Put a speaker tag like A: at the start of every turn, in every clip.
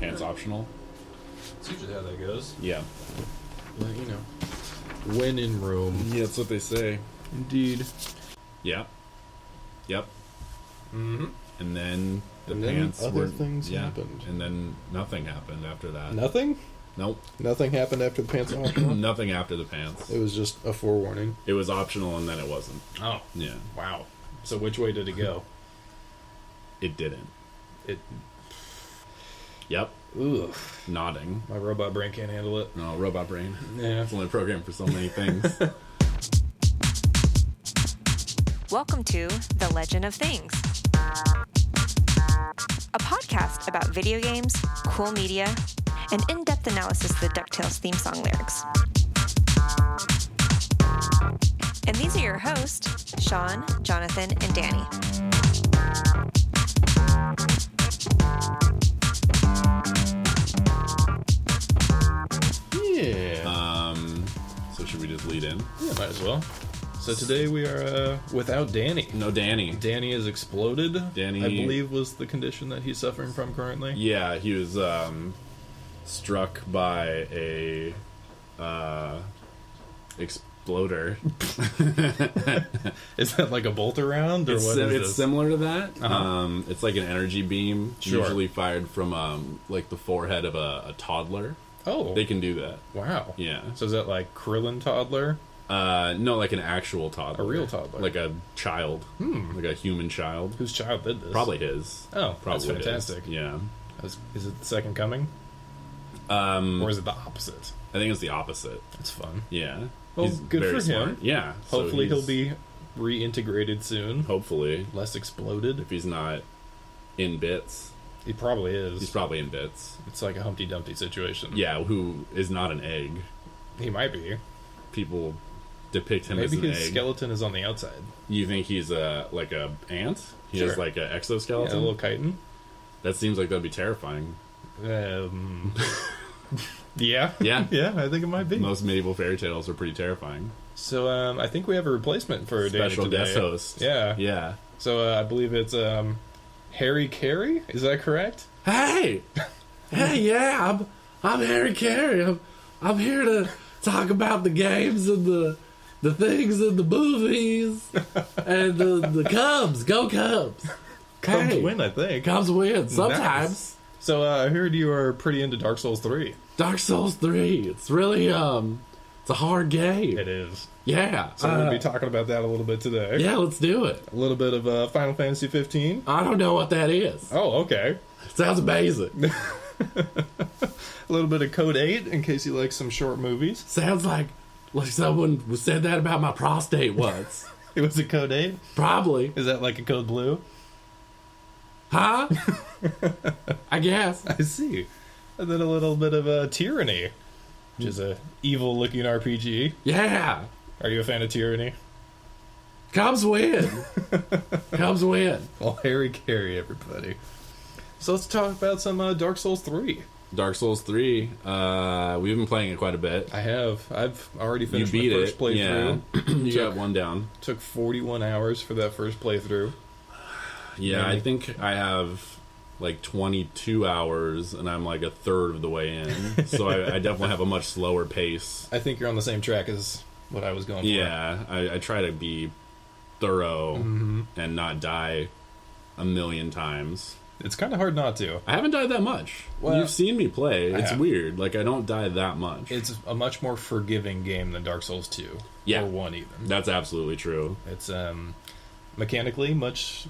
A: and it's optional.
B: It's usually how that goes.
A: Yeah.
C: Like, you know, when in Rome.
A: Yeah, that's what they say.
C: Indeed.
A: Yeah. Yep.
B: Mm-hmm.
A: And then the
C: And then
A: pants
C: other
A: were,
C: things
A: yeah,
C: happened.
A: And then nothing happened after that.
C: Nothing?
A: Nope.
C: Nothing happened after the pants went off?
A: nothing after the pants.
C: It was just a forewarning.
A: It was optional and then it wasn't.
B: Oh,
A: Yeah.
B: wow. So which way did it go?
A: It didn't.
B: It.
A: Yep.
B: Ugh.
A: Nodding.
B: My robot brain can't handle it.
A: No, robot brain.
B: Yeah.
A: It's only programmed for so many things.
D: Welcome to The Legend of Things, a podcast about video games, cool media, and in depth analysis of the DuckTales theme song lyrics. And these are your hosts, Sean, Jonathan, and Danny.
C: Yeah.
A: um, so should we just lead in?
B: Yeah, might as well. So today we are uh, without Danny.
A: No, Danny.
B: Danny has exploded.
A: Danny-
B: I believe, was the condition that he's suffering from currently.
A: Yeah, he was um, struck by a uh, exploder.
B: Is that like a bolt around or
A: It's,
B: what?
A: sim-
B: is
A: it's
B: this? Uh-huh.
A: similar to that. Um, it's like an energy beam,
B: Sure.
A: usually fired from um, like the forehead of a, a toddler.
B: Oh,
A: They can do that.
B: wow.
A: Yeah.
B: So is that like Krillin toddler?
A: Uh, no, like an actual toddler,
B: A real toddler.
A: like a child, like a human child.
B: Whose child did this?
A: Probably his.
B: Oh,
A: Probably
B: that's
A: his.
B: fantastic.
A: Yeah,
B: Is, is it the second coming? Um, or is it the opposite?
A: I think it's the opposite.
B: It's fun.
A: Yeah.
B: Well, good for him.
A: Yeah. so
B: Hopefully
A: he's-
B: he'll be reintegrated soon.
A: Hopefully,
B: Less exploded.
A: if he's not in bits,
B: He probably
A: he's
B: is.
A: probably in bits.
B: It's like a Humpty Dumpty situation.
A: Yeah, who is not an egg?
B: He might be.
A: People depict him
B: Maybe
A: as an
B: his
A: egg.
B: skeleton is on the outside.
A: you think he's a like a ant? He has
B: Sure.
A: like an
B: Yeah, a
A: exoskeleton.
B: little chitin.
A: that seems like that'd be terrifying.
B: Um, yeah.
A: Yeah.
B: yeah, I think it might be.
A: Most medieval fairy tales are pretty terrifying.
B: So um, I think we have a replacement for Danny
A: Special
B: today.
A: guest host.
B: Yeah.
A: Yeah.
B: So uh, I believe it's um, Harry Carey. Is that correct?
A: Hey, hey, yeah, I'm I'm Harry Carey. I'm I'm here to talk about the games and the the things and the movies and the the Cubs. Go Cubs!
B: Comes
A: Hey,
B: win, I think.
A: Cubs win sometimes.
B: So uh, I heard you are pretty into Dark Souls three.
A: Dark Souls Three. It's really um, it's a hard game.
B: It is.
A: Yeah,
B: So we'll
A: uh,
B: be talking about that a little bit today.
A: yeah. Let's do it.
B: A little bit of uh, Final Fantasy fifteen.
A: I don't know what that is.
B: Oh, okay.
A: Sounds amazing.
B: A little bit of Code eight in case you like some short movies.
A: Sounds like like someone said that about my prostate once.
B: It was a Code eight.
A: Probably.
B: Is that like a Code blue?
A: Huh? I guess.
B: I see. And then a little bit of uh, Tyranny, which is a evil looking RPG.
A: Yeah.
B: Are you a fan of Tyranny?
A: Cubs win. Cubs win.
B: Well, Harry Carey, everybody. So let's talk about some uh, Dark Souls 3.
A: Dark Souls 3, uh, we've been playing it quite a bit.
B: I have. I've already
A: You
B: finished
A: beat
B: my first
A: it. Yeah.
B: playthrough.
A: you got one down.
B: Took 41 hours for that first playthrough.
A: Yeah,
B: Maybe.
A: I think I have like 22 hours and I'm like a third of the way in. so I, I definitely have a much slower pace.
B: I think you're on the same track as what I was going for.
A: Yeah, I, I try to be thorough
B: Mm-hmm.
A: and not die a million times.
B: It's kind of hard not to.
A: I haven't died that much.
B: Well,
A: You've seen me play.
B: I
A: It's
B: have.
A: weird. Like I don't die that much.
B: It's a much more forgiving game than Dark Souls 2.
A: Yeah.
B: Or 1 even.
A: That's absolutely true.
B: It's um, mechanically much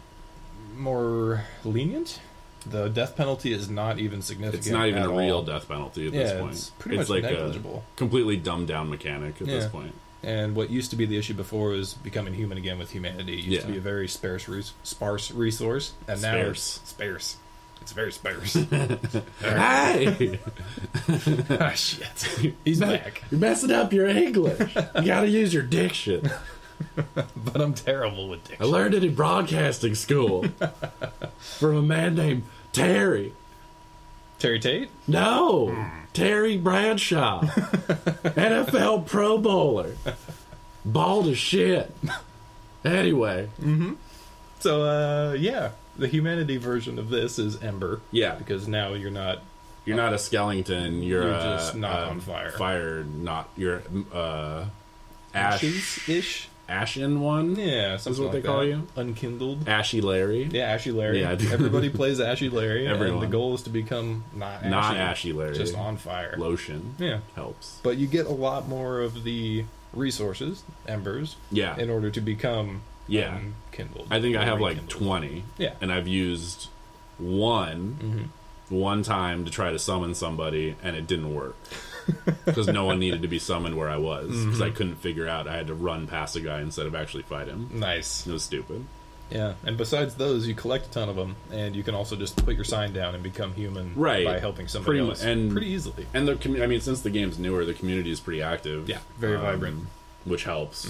B: more lenient. The death penalty is not even significant.
A: It's not even
B: at
A: a real
B: all.
A: death penalty at
B: Yeah,
A: this point.
B: it's pretty much negligible.
A: a completely dumbed down mechanic at this
B: Yeah.
A: point.
B: And what used to be the issue before was becoming human again with humanity. It used to
A: Yeah.
B: be a very sparse, res- sparse resource, and now
A: Sparse.
B: it's sparse. It's very sparse.
A: Hey,
B: ah, shit. He's back,
A: you're messing up your English. You got to use your diction.
B: but I'm terrible with
A: I
B: diction.
A: learned it in broadcasting school from a man named Terry.
B: Terry Tate.
A: No, Terry Bradshaw, NFL Pro Bowler, bald as shit. Anyway,
B: So, uh, yeah, the humanity version of this is Ember.
A: Yeah.
B: because now you're not
A: You're not a skeleton. You're,
B: You're
A: a-
B: just not
A: a
B: on fire.
A: Fire, not you're uh, ash,
B: Ashes ish.
A: ashen one.
B: Yeah, something
E: what
B: like
E: they
B: that.
E: call you?
B: Unkindled.
A: Ashy Larry,
B: Yeah, Ashy Larry.
A: Yeah, I do.
B: Everybody plays Ashy Larry.
A: Everyone.
B: And the goal is to become not ashy,
A: Not Ashy Larry.
B: just on fire.
A: lotion
B: Yeah,
A: helps.
B: but you get a lot more of the resources, embers.
A: Yeah.
B: in order to become um,
A: Yeah.
B: kindled.
A: I think I have like 20.
B: Yeah. Mm-hmm.
A: And I've used one one time to try to summon somebody and it didn't work. Cuz no one needed to be summoned where I was cuz
B: Mm-hmm.
A: I couldn't figure out I had to run past a guy instead of actually fight him.
B: Nice.
A: It was stupid.
B: Yeah, and besides those, you collect a ton of them, and you can also just put your sign down and become human
A: Right.
B: by helping somebody
A: Pretty mu-
B: else
A: and-
B: pretty easily.
A: And the commu- I mean since the game's newer, the community is pretty active. Um,
B: Yeah, very vibrant. Mm-hmm.
A: which helps.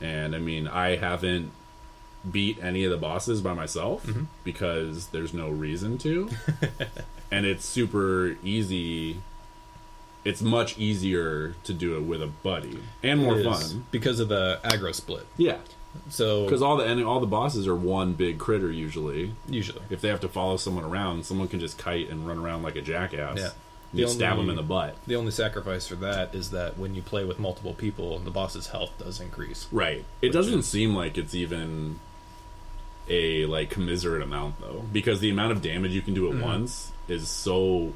A: And I mean, I haven't beat any of the bosses by myself
B: Mm-hmm.
A: because there's no reason to. and it's super easy. It's much easier to do it with a buddy and more
B: It is
A: fun.
B: because of the aggro split.
A: Yeah,
B: So
A: because all the en- all the bosses are one big critter usually.
B: usually,
A: If they have to follow someone around, someone can just kite and run around like a jackass.
B: Yeah.
A: You
B: The
A: stab them
B: only-
A: in the butt.
B: the only sacrifice for that is that when you play with multiple people, the boss's health does increase.
A: Right. It doesn't seem like it's even a like commiserate amount though, because the amount of damage you can do at
B: Mm-hmm.
A: once is so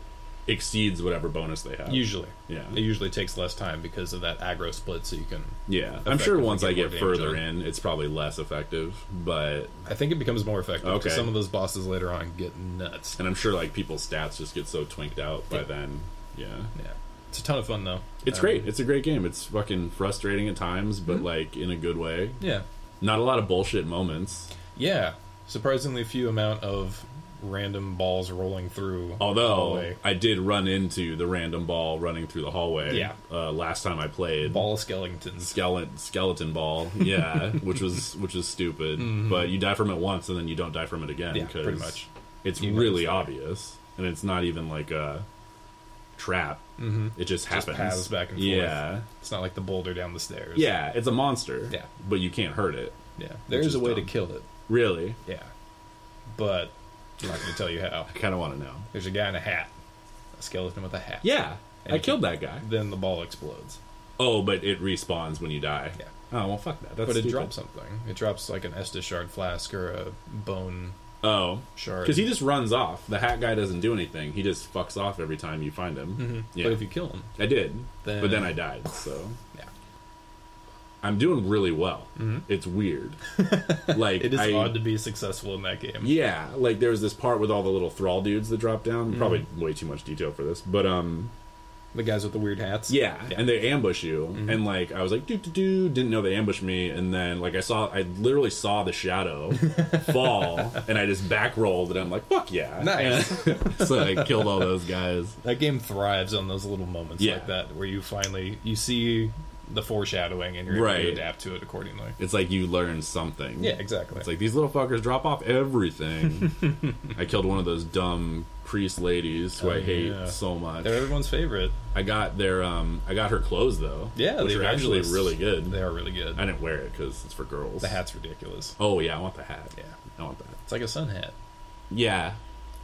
A: exceeds whatever bonus they have.
B: Usually,
A: Yeah.
B: it usually takes less time because of that aggro split. So you can,
A: Yeah. I'm sure
B: effectively
A: once
B: get
A: I
B: more
A: get
B: damage
A: further
B: on.
A: in, it's probably less effective, but
B: I think it becomes more effective. 'cause
A: Okay.
B: some of those bosses later on get nuts.
A: and I'm sure like people's stats just get so twinked out by then. Yeah.
B: Yeah, it's a ton of fun though.
A: It's
B: Um, Mhm.
A: great. It's a great game. It's fucking frustrating at times, but like in a good way.
B: Yeah,
A: Not a lot of bullshit moments.
B: yeah. Surprisingly few amount of random balls rolling through.
A: Although
B: the hallway.
A: I did run into the random ball running through the hallway
B: Yeah.
A: uh, last time I played.
B: ball of skeletons.
A: skeleton skeleton ball. Yeah, which was which was stupid. But you die from it once, and then you don't die from it again.
B: Mm-hmm. Yeah,
A: 'cause
B: pretty much.
A: It's
B: You know it's
A: really
B: there.
A: obvious, and it's not even like a trap. Mm-hmm. It just happens.
B: paths back and forth.
A: Yeah,
B: It's not like the boulder down the stairs.
A: yeah. It's a monster.
B: Yeah.
A: but you can't hurt it.
B: yeah. There is
A: is
B: a way to
A: dumb.
B: kill it.
A: Really,
B: Yeah, but I'm not going to tell you how.
A: I kind of want to know.
B: There's a guy in a hat, a skeleton with a hat.
A: Yeah,
B: And
A: I
B: you
A: killed that guy.
B: Then the ball explodes.
A: Oh, but it respawns when you die.
B: Yeah.
A: Oh well, fuck that. That's
B: but it
A: stupid.
B: drops something. It drops like an Estus shard flask or a bone
A: Oh,
B: shard.
A: because he just runs off. The hat guy doesn't do anything. He just fucks off every time you find him. Yeah.
B: Mm-hmm. But if you kill him,
A: I did,
B: Then-
A: but then I died. So
B: yeah,
A: I'm doing really well. It's weird. Like
B: Mm-hmm. it is
A: I,
B: odd to be successful in that game.
A: Yeah, like there was this part with all the little thrall dudes that drop
B: Mm-hmm.
A: down. Probably way too much detail for this, but um,
B: The guys with the weird hats.
A: yeah, and they ambush you,
B: Mm-hmm.
A: and like I was like, doo doo doo, didn't know they ambushed me, and then like I saw, I literally saw the shadow fall, and I just back rolled, and I'm like, fuck yeah,
B: Nice.
A: And- so I killed all those guys.
B: that game thrives on those little moments
A: Yeah.
B: like that where you finally you see the foreshadowing and you're able
A: Right.
B: to adapt to it accordingly.
A: It's like you learn something.
B: Yeah, exactly.
A: It's like these little fuckers drop off everything. I killed one of those dumb priest ladies who I
B: Oh,
A: hate
B: yeah.
A: so much.
B: they're everyone's favorite.
A: I got their um, I got her clothes though.
B: Yeah,
A: which
B: the
A: are actually
B: evangelists.
A: really good.
B: They are really good.
A: I didn't wear it because it's for girls.
B: The hat's ridiculous.
A: Oh yeah, I want the hat.
B: Yeah.
A: I want that.
B: It's like a sun hat.
A: Yeah,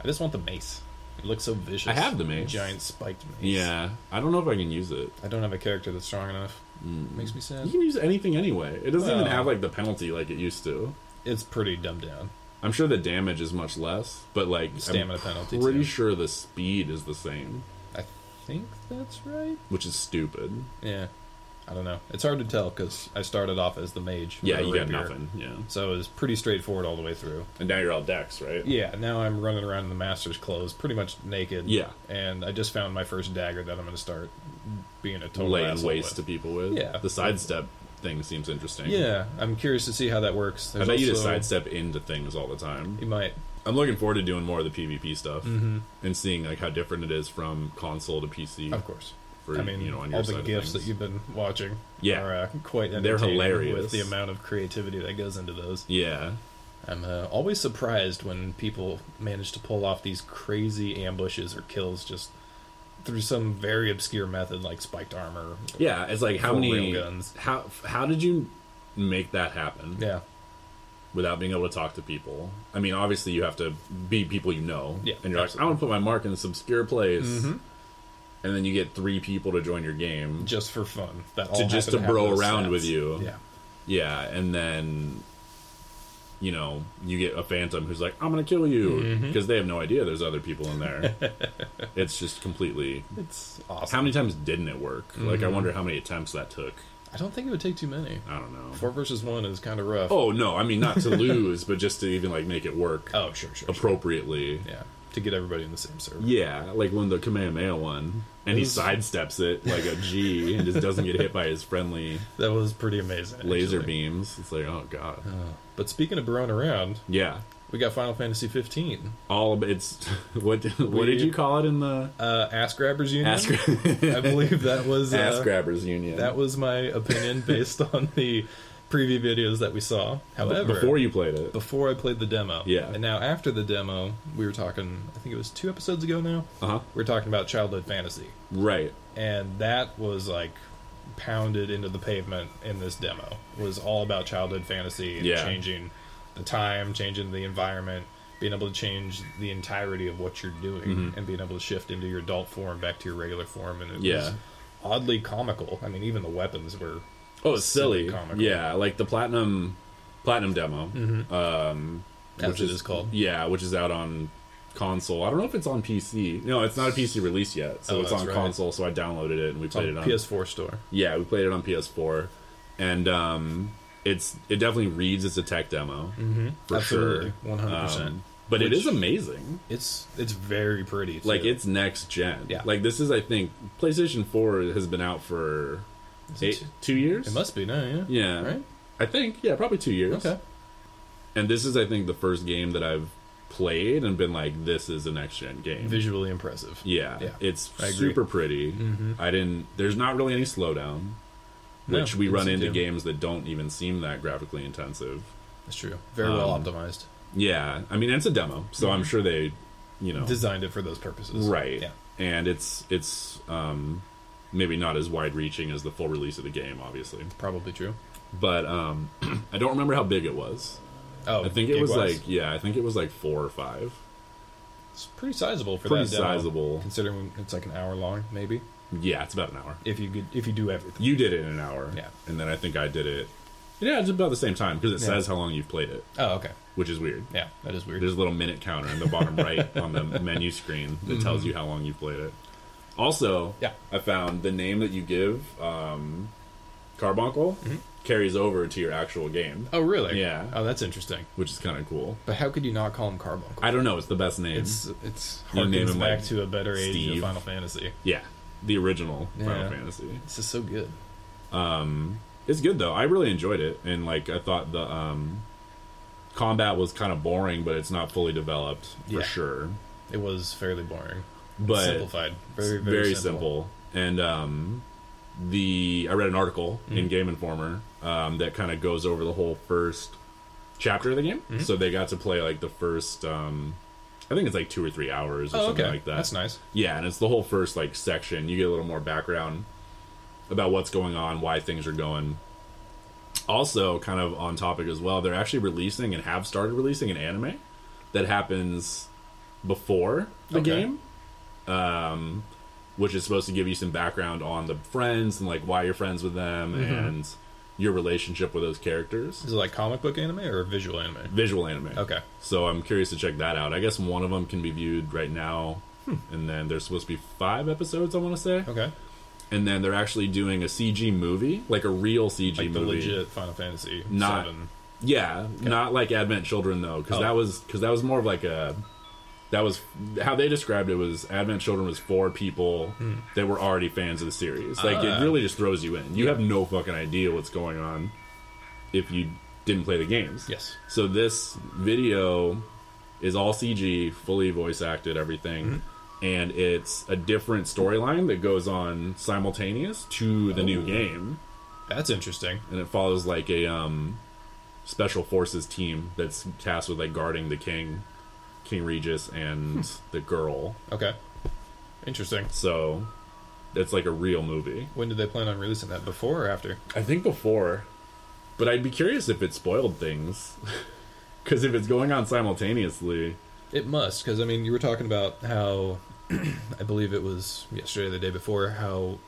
B: I just want the mace. It looks so vicious.
A: I have the mace.
B: Giant spiked mace.
A: yeah. I don't know if I can use it.
B: I don't have a character that's strong enough.
A: Mm.
B: Makes me sad.
A: You can use anything anyway. It doesn't even
B: Well.
A: have like the penalty like it used to.
B: It's pretty dumbed down.
A: I'm sure the damage is much less, but like
B: Stamina
A: I'm
B: penalty,
A: Pretty
B: too.
A: sure the speed is the same,
B: I think that's right.
A: which is stupid.
B: Yeah. I don't know. It's hard to tell because I started off as the mage. with
A: Yeah,
B: a
A: you got
B: rapier.
A: nothing. Yeah,
B: So it was pretty straightforward all the way through.
A: and now you're all dex, right?
B: Yeah, now I'm running around in the master's clothes, pretty much naked.
A: Yeah.
B: And I just found my first dagger that I'm going to start being a total
A: laying
B: asshole
A: waste to
B: with.
A: people with.
B: Yeah.
A: The sidestep thing seems interesting.
B: Yeah, I'm curious to see how that works.
A: I
B: There's
A: bet you just
B: also-
A: sidestep into things all the time.
B: You might.
A: I'm looking forward to doing more of the PvP stuff
B: Mm-hmm.
A: and seeing like how different it is from console to PC.
B: Of course.
A: For,
B: I mean,
A: you know, on your
B: all
A: side
B: the
A: of things.
B: gifs that you've been watching
A: Yeah.
B: are uh, quite
A: They're
B: entertaining
A: hilarious.
B: with the amount of creativity that goes into those.
A: Yeah,
B: I'm uh, always surprised when people manage to pull off these crazy ambushes or kills just through some very obscure method like spiked armor.
A: yeah. It's like how
B: Full
A: many
B: railguns.
A: How how did you make that happen?
B: Yeah.
A: without being able to talk to people. I mean, obviously you have to be people you know.
B: Yeah,
A: And you're like, I
B: absolutely. Mm-hmm.
A: want to put my mark in this obscure place. And then you get three people to join your game.
B: just for fun. That
A: To
B: all
A: just
B: happen
A: to
B: have
A: bro
B: those
A: around
B: stats.
A: with you.
B: Yeah.
A: Yeah, and then you know you get a phantom who's like, "I'm gonna kill you,"
B: Mm-hmm.
A: because they have no idea there's other people in there. it's just completely.
B: It's awesome.
A: How many times didn't it work? Like,
B: Mm-hmm.
A: I wonder how many attempts that took.
B: I don't think it would take too many.
A: I don't know.
B: Four versus one is kind of rough.
A: Oh no, I mean not to lose, but just to even like make it work
B: Oh, sure, sure, sure.
A: appropriately.
B: Yeah, to get everybody in the same server.
A: Yeah, like when the Kamehameha one, and he
B: Those-
A: sidesteps it like a G, and just doesn't get hit by his friendly
B: That was pretty amazing.
A: laser
B: actually. Uh.
A: beams. It's like, oh god,
B: But speaking of broing around,
A: yeah.
B: we got Final Fantasy 15.
A: All of it's what did, what
B: We-
A: did you call it in the
B: Uh, ass grabbers union.
A: Ass gra-
B: I believe that was uh,
A: Ass grabbers union.
B: That was my opinion based on the preview videos that we saw. However,
A: before you played it.
B: before I played the demo.
A: Yeah.
B: And now after the demo, we were talking, I think it was two episodes ago now.
A: Uh-huh.
B: We were talking about childhood fantasy.
A: Right.
B: And that was like pounded into the pavement in this demo. It was all about childhood fantasy and
A: Yeah.
B: changing the time, changing the environment, being able to change the entirety of what you're doing
A: Mm-hmm.
B: and being able to shift into your adult form back to your regular form and it was
A: Yeah.
B: oddly comical. I mean even the weapons were
A: Oh, it's silly.
B: Silly comical.
A: yeah, like the platinum platinum demo,
B: Mm-hmm. as
A: which
B: it is called.
A: Yeah, which is out on console. I don't know if it's on PC. No, it's not a PC release yet, so
B: Oh,
A: it's
B: that's
A: on
B: right.
A: console. So I downloaded it and we
B: It's on
A: played it on
B: PS4 store.
A: Yeah, we played it on PS4, and um, it's it definitely reads as a tech demo mm-hmm. for
B: Absolutely.
A: sure,
B: 100%.
A: Um, but it
B: Which-
A: is amazing.
B: It's it's very pretty. Too.
A: Like it's next gen.
B: Yeah.
A: Like this is, I think, PlayStation Four has been out for
B: it
A: eight,
B: two-
A: two years.
B: it must be no yeah
A: Yeah.
B: right
A: I think, yeah, probably two years.
B: okay
A: And this is, I think, the first game that I've played and been like, this is a next gen game.
B: visually impressive
A: Yeah.
B: Yeah.
A: It's
B: I agree. Mm-hmm.
A: super pretty. I didn't, there's not really any slowdown,
B: No,
A: which we run
B: it's-
A: into
B: yeah,
A: games that don't even seem that graphically intensive.
B: That's true. Very well
A: Um,
B: optimized.
A: Yeah. I mean, it's a demo, so I'm sure they, you know.
B: Designed it for those purposes.
A: right.
B: Yeah.
A: And it's, it's, um, maybe not as wide reaching as the full release of the game, obviously.
B: Probably true.
A: But, um, I don't remember how big it was.
B: Oh,
A: I think it was
B: gig-wise.
A: like yeah, I think it was like four or five.
B: it's pretty sizable for
A: Pretty
B: that. uh, demo,
A: sizable.
B: considering it's like an hour long, maybe
A: Yeah, it's about an hour.
B: if you could, if you do everything.
A: You did it in an hour.
B: Yeah.
A: and then I think I did it. Yeah, it's about the same time because it
B: Yeah.
A: says how long you've played it,
B: Oh, okay.
A: which is weird.
B: Yeah, that is weird.
A: There's a little minute counter in the bottom right on the menu screen that tells you how long you've played it. Also,
B: Mhm. Yeah.
A: I found the name that you give um, Carbuncle carries over to your actual game,
B: Mm-hmm. oh, really?
A: Yeah.
B: Oh, that's interesting.
A: which is kind of cool.
B: But how could you not call him Carbuncle?
A: I don't know. It's the best name.
B: it's it's
A: You name
B: harkens
A: him,
B: back
A: like,
B: to a better age of
A: Steve.
B: Final Fantasy.
A: yeah, the original
B: Yeah.
A: Final Fantasy.
B: This is so good.
A: It's good though. I really enjoyed it, and like I thought the um, combat was kind of boring, but it's not fully developed for
B: Yeah.
A: sure.
B: It was fairly boring,
A: But
B: simplified, very
A: very,
B: very,
A: simple. And um, the I read an article
B: Mm.
A: in Game Informer um, that kind of goes over the whole first chapter of the game.
B: Mm-hmm.
A: So they got to play like the first. Um, I think it's like two or three hours or
B: Oh,
A: something
B: okay.
A: like that.
B: That's nice.
A: Yeah, and it's the whole first like section. You get a little more background about what's going on, why things are going. Also, kind of on topic as well, they're actually releasing and have started releasing an anime that happens before the
B: Okay.
A: game, um, which is supposed to give you some background on the friends and like why you're friends with them
B: Mm-hmm.
A: and your relationship with those characters.
B: Is it like comic book anime or visual anime?
A: Visual anime.
B: Okay.
A: So I'm curious to check that out. I guess one of them can be viewed right now, and then there's supposed to be five episodes. I want to say,
B: Okay.
A: and then they're actually doing a CG movie, like a real CG
B: Like the
A: movie.
B: legit Final Fantasy
A: Not-
B: seven.
A: Yeah, not like Advent Children though, because
B: Oh.
A: that was because that was more of like a that was how they described it was Advent Children was for people
B: Hmm.
A: that were already fans of the series. Like
B: Ah.
A: it really just throws you in. You have no fucking idea what's going on if you didn't play the games.
B: Yes.
A: So this video is all CG, fully voice acted, everything.
B: Hmm.
A: And it's a different storyline that goes on simultaneous to the
B: Oh.
A: new game
B: That's interesting.
A: and it follows like a um, special forces team that's tasked with like guarding the king, King Regis, and the girl.
B: Okay. Interesting.
A: So it's like a real movie.
B: When did they plan on releasing that? Before or after?
A: I think before, but I'd be curious if it spoiled things. Because if it's going on simultaneously,
B: It must, because I mean, you were talking about how I believe it was yesterday, or the day before, how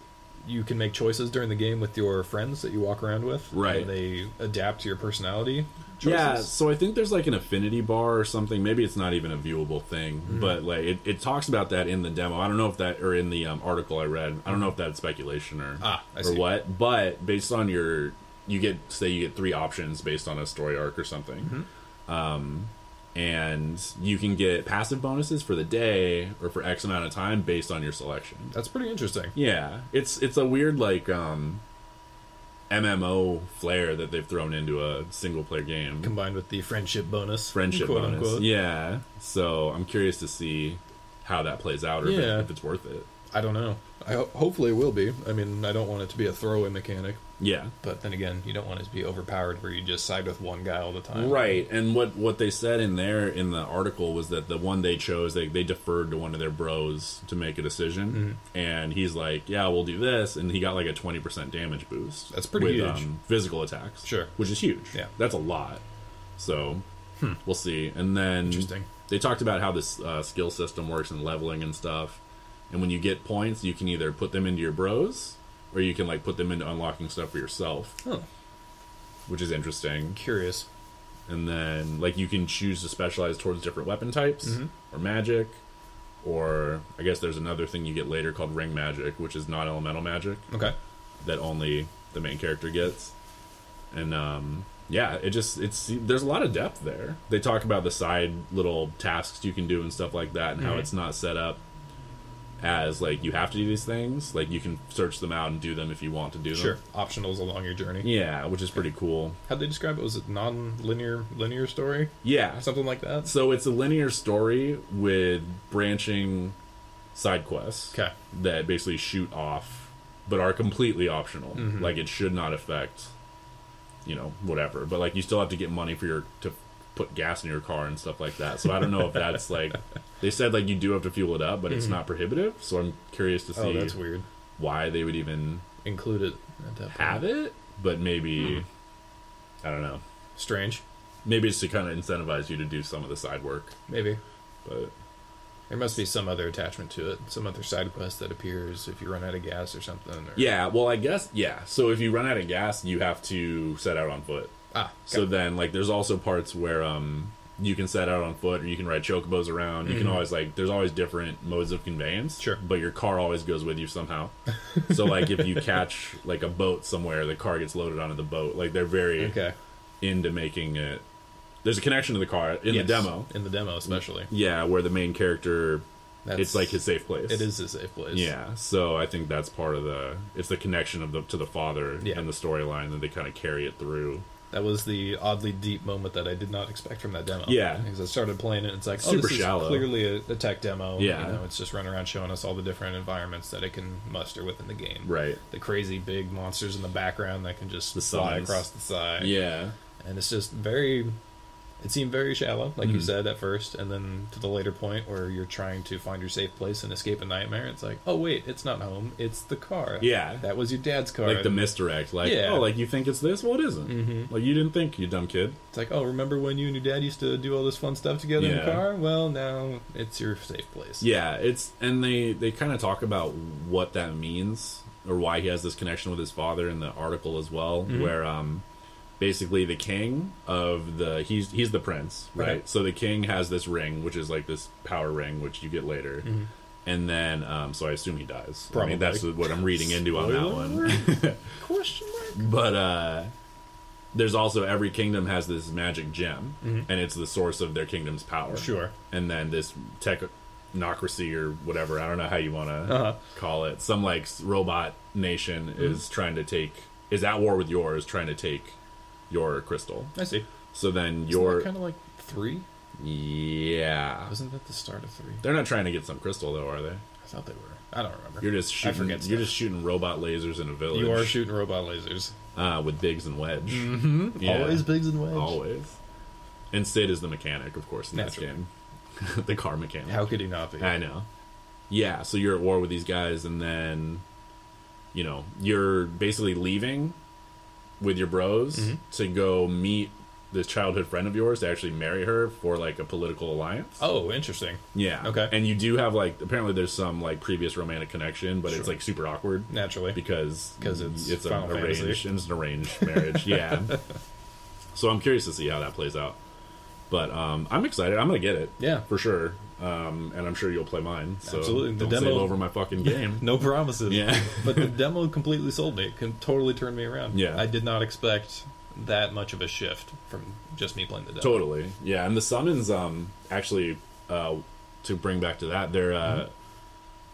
B: you can make choices during the game with your friends that you walk around with,
A: Right.
B: And they adapt to your personality.
A: Yeah,
B: choices.
A: so I think there's like an affinity bar or something. Maybe it's not even a viewable thing,
B: Hmm.
A: but like it, it talks about that in the demo. I don't know if that or in the um, article I read. I don't know if that's speculation or
B: Ah, I
A: or
B: see.
A: what. But based on your, you get say you get three options based on a story arc or something, um,
B: Mm-hmm.
A: and you can get passive bonuses for the day or for X amount of time based on your selection.
B: That's pretty interesting.
A: Yeah, it's it's a weird like um, MMO flair that they've thrown into a single player game
B: Combined with the friendship bonus,
A: friendship
B: quote
A: bonus.
B: unquote.
A: Yeah. So I'm curious to see how that plays out or if, it-
B: Yeah.
A: if it's worth it.
B: I don't know. I ho- hopefully it will be. I mean, I don't want it to be a throwaway mechanic,
A: Yeah.
B: but then again, you don't want it to be overpowered where you just side with one guy all the time.
A: Right. And what what they said in there in the article was that the one they chose, they they deferred to one of their bros to make a decision,
B: Mm-hmm.
A: and he's like, "Yeah, we'll do this," and he got like a twenty percent damage boost.
B: That's pretty
A: with, um,
B: huge.
A: physical attacks,
B: Sure.
A: which is huge.
B: Yeah. Hmm.
A: that's a lot. So we'll see. And then
B: Interesting.
A: They talked about how this uh, skill system works and leveling and stuff. And when you get points, you can either put them into your bros, or you can like put them into unlocking stuff for yourself,
B: Oh,
A: which is interesting
B: curious.
A: and then like you can choose to specialize towards different weapon types or magic or i guess there's another thing you get later called ring magic which is non-elemental magic
B: Okay.
A: that only the main character gets and um yeah it just it's there's a lot of depth there they talk about the side little tasks you can do and stuff like that and how it's not set up as like you have to do these things like you can search them out and do them if you want to do them
B: Sure. Optionals along your journey.
A: yeah which is pretty cool
B: How'd they describe it? Was it non-linear, linear story?
A: yeah
B: Something like that?
A: So it's a linear story with branching side quests
B: Okay.
A: that basically shoot off, but are completely optional.
B: Mm-hmm.
A: Like it should not affect, you know, whatever. But like you still have to get money for your to put gas in your car and stuff like that. So I don't know if that's like they said like you do have to fuel it up, but it's not prohibitive. So I'm curious to see
B: Mm-hmm. Oh, that's weird.
A: why they would even
B: Include it at that point.
A: have it. But maybe
B: Mm-hmm.
A: I don't know.
B: Strange.
A: Maybe it's to kind of incentivize you to do some of the side work,
B: Maybe.
A: but.
B: There must be some other attachment to it, some other side quest that appears if you run out of gas or something. Or...
A: Yeah, well, I guess yeah. So if you run out of gas, you have to set out on foot.
B: Ah,
A: So
B: so
A: then, like, there's also parts where um you can set out on foot, or you can ride chocobos around. You can always like, there's always different modes of conveyance.
B: Mm-hmm. Sure.
A: but your car always goes with you somehow. so like, if you catch like a boat somewhere, the car gets loaded onto the boat. Like they're very
B: okay.
A: into making it. There's a connection to the car in
B: Yes,
A: the demo.
B: In the demo, especially.
A: Yeah, where the main character,
B: That's-
A: it's like his safe place.
B: It is a safe place.
A: Yeah, so I think that's part of the it's the connection of the to the father
B: Yeah.
A: and the storyline that they kind of carry it through.
B: That was the oddly deep moment that I did not expect from that demo.
A: Yeah.
B: Because I started playing it, and it's like, oh,
A: Super
B: this
A: shallow.
B: is clearly a, a tech demo.
A: Yeah.
B: You know, it's just running around showing us all the different environments that it can muster within the game.
A: Right.
B: The crazy big monsters in the background that can just
A: The
B: fly
A: size.
B: across the side.
A: Yeah,
B: and it's just very it seemed very shallow like
A: Mm-hmm.
B: you said at first and then to the later point where you're trying to find your safe place and escape a nightmare it's like oh wait it's not home it's the car
A: Yeah.
B: that was your dad's car
A: like the misdirect, like
B: Yeah.
A: oh, like you think it's this, well it isn't. Like you didn't think, you dumb kid.
B: it's like oh remember when you and your dad used to do all this fun stuff together in the
A: Yeah.
B: car well now it's your safe place
A: Yeah, it's and they they kind of talk about what that means or why he has this connection with his father in the article as well,
B: Mm-hmm.
A: where um basically the king of the he's he's the prince, right?
B: Right.
A: So the king has this ring, which is like this power ring, which you get later. And then, um, so I assume he dies. I
B: Mm-hmm. Probably.
A: mean, that's what I'm reading into on that
B: Spoiler
A: one.
B: question mark
A: But uh, there's also every kingdom has this magic gem, and it's the source of their kingdom's power.
B: Mm-hmm. Sure.
A: And then this technocracy or whatever I don't know how you want to
B: Uh-huh. Mm-hmm.
A: call it. Some like s- robot nation is trying to take is at war with yours, trying to take your crystal.
B: i see
A: So then your
B: kind of like three
A: yeah.
B: wasn't that the start of three
A: They're not trying to get some crystal though, are they?
B: i thought they were i don't remember
A: You're just
B: I
A: shooting.
B: forget
A: You're
B: stuff.
A: just shooting robot lasers in a village.
B: you are shooting robot lasers
A: uh, with Biggs and Wedge. Mm-hmm.
B: always bigs and wedge
A: Always. And Sid is the mechanic, of course, in this
B: Naturally.
A: game. the car mechanic.
B: how could he not be
A: I know. Yeah, so you're at war with these guys, and then, you
B: Mm-hmm.
A: know, you're basically leaving with your bros to go meet this childhood friend of yours to actually marry her for like a political alliance.
B: Oh, interesting.
A: Yeah.
B: Okay.
A: And you do have like apparently there's some like previous romantic connection, but it's
B: Sure.
A: like super awkward
B: Naturally.
A: because
B: 'Cause it's
A: it's an
B: Final
A: arranged
B: Fantasy.
A: it's an arranged marriage. yeah. So I'm curious to see how that plays out. But um, I'm excited. I'm gonna get it.
B: Yeah.
A: for sure. Um, and I'm sure you'll play mine. So
B: Absolutely. The
A: Don't
B: demo-
A: save over my fucking game.
B: No promises.
A: Yeah.
B: but the demo completely sold me. It can totally turned me around.
A: Yeah.
B: I did not expect that much of a shift from just me playing the demo.
A: Totally. Yeah, and the summons um actually uh to bring back to that, they're uh
B: Mm-hmm.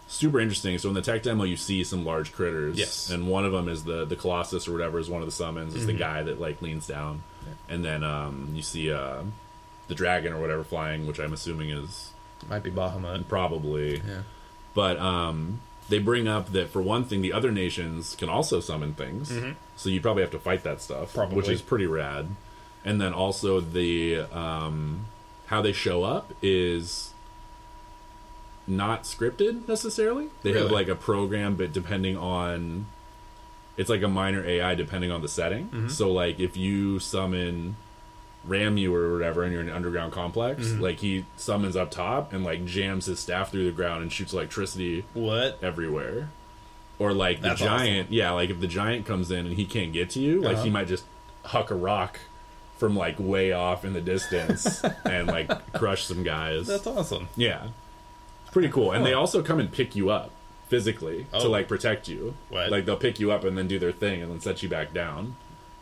A: super interesting. So in the tech demo you see some large critters.
B: Yes. Mm-hmm.
A: And one of them is the the Colossus or whatever is one of the summons. It's the guy that like leans down. And then um you see uh the dragon or whatever flying, which I'm assuming is
B: Might be Bahamut.
A: probably
B: Yeah.
A: but um, they bring up that for one thing, the other nations can also summon things, so you probably have to fight that stuff,
B: Mm-hmm. Probably.
A: which is pretty rad. And then also the um, how they show up is not scripted necessarily. They have
B: Really?
A: like a program, but depending on it's like a minor AI depending on the setting. So like if you summon ram you or whatever and you're in an underground complex like he summons up top and like jams his staff through the ground and shoots electricity
B: What?
A: everywhere or like the
B: That's
A: giant yeah like if the giant comes in and he can't get to you like
B: Uh-huh.
A: he might just huck a rock from like way off in the distance and like crush some guys
B: That's awesome.
A: yeah It's pretty cool and they also come and pick you up physically to
B: Oh.
A: like protect you
B: What?
A: like they'll pick you up and then do their thing and then set you back down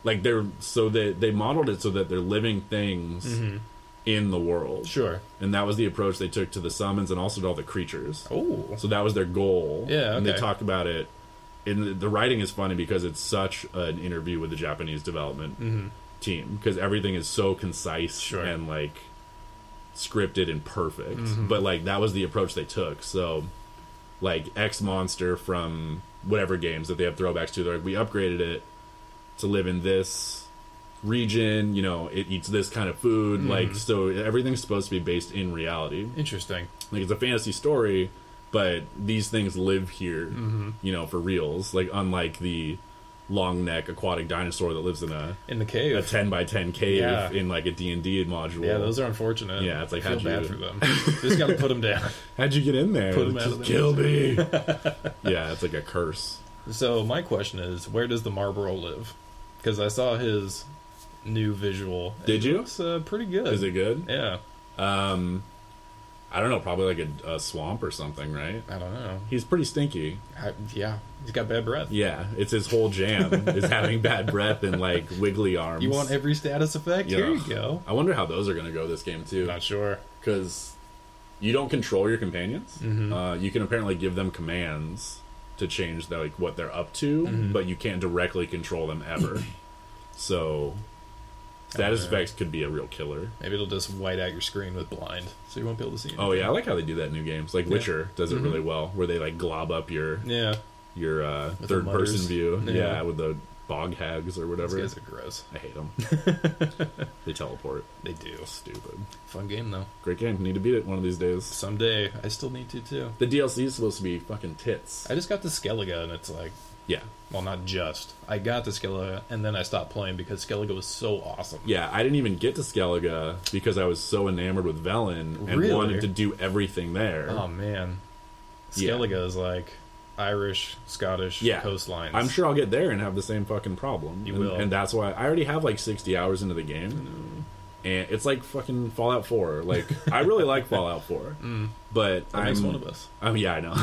A: like they're so they they modeled it so that they're living things in the world
B: Mm-hmm. Sure.
A: and that was the approach they took to the summons and also to all the creatures
B: Oh.
A: so that was their goal.
B: Yeah,
A: And they
B: okay.
A: talk about it. And the, the writing is funny because it's such an interview with the Japanese development team because everything is so concise
B: Mm-hmm. Sure.
A: and like scripted and perfect.
B: Mm-hmm.
A: But like that was the approach they took. So like X Monster from whatever games that they have throwbacks to, they're like, we upgraded it to live in this region. You know, it eats this kind of food.
B: Mm-hmm.
A: Like so, everything's supposed to be based in reality
B: Interesting.
A: like it's a fantasy story but these things live here
B: Mm-hmm.
A: you know for reals like unlike the long neck aquatic dinosaur that lives in a,
B: In the
A: a
B: cave.
A: 10 by 10 cave
B: Yeah.
A: in like a d&d module
B: yeah, those are unfortunate.
A: Yeah, it's like,
B: I feel
A: how'd you-
B: bad for them. Just got to put them down.
A: how'd you get in there
B: Put 'em out
A: Just
B: of the
A: kill me yeah it's like a curse
B: So my question is, where does the Marlboro live? Because I saw his new visual.
A: Did
B: It
A: you?
B: Looks uh, pretty good.
A: is it good
B: Yeah.
A: i don't know probably like a, a swamp or something right
B: I don't know.
A: he's pretty stinky
B: I, yeah, he's got bad breath.
A: yeah it's his whole jam is having bad breath and like wiggly arms
B: You want every status effect?
A: Yeah.
B: Here you go.
A: i wonder how those are gonna go this game too
B: Not sure.
A: because you don't control your companions.
B: Mm-hmm.
A: Uh, you can apparently give them commands to change the, like what they're up to,
B: Mm-hmm.
A: but you can't directly control them ever. so status effects could be a real killer.
B: Maybe it'll just white out your screen with blind, so you won't be able to see.
A: Oh yeah, I like how they do that in new games. Like Witcher does
B: Mm-hmm.
A: it really well, where they like glob up your
B: yeah.
A: your uh,
B: the
A: third person
B: mutters.
A: view.
B: Yeah.
A: Yeah. with the bog hags or
B: These
A: whatever.
B: guys are gross.
A: I hate them. they teleport.
B: They do.
A: Stupid.
B: Fun game though.
A: Great game. Need to beat it one of these days.
B: Someday I still need to too.
A: The DLC is supposed to be fucking tits.
B: I just got the Skellige, and it's like,
A: Yeah.
B: well, not just. I got the Skellige, and then I stopped playing because Skellige was so awesome.
A: Yeah, I didn't even get to Skellige because I was so enamored with Velen and
B: Really?
A: wanted to do everything there.
B: Oh man,
A: Yeah.
B: Skellige is like Irish, Scottish
A: yeah,
B: coastlines.
A: I'm sure I'll get there and have the same fucking problem.
B: You
A: and,
B: will.
A: and that's why I already have like 60 hours into the game, and it's like fucking Fallout 4. Like I really like Fallout 4, but
B: that
A: I'm
B: makes Mm. one of us.
A: Um, yeah, I know.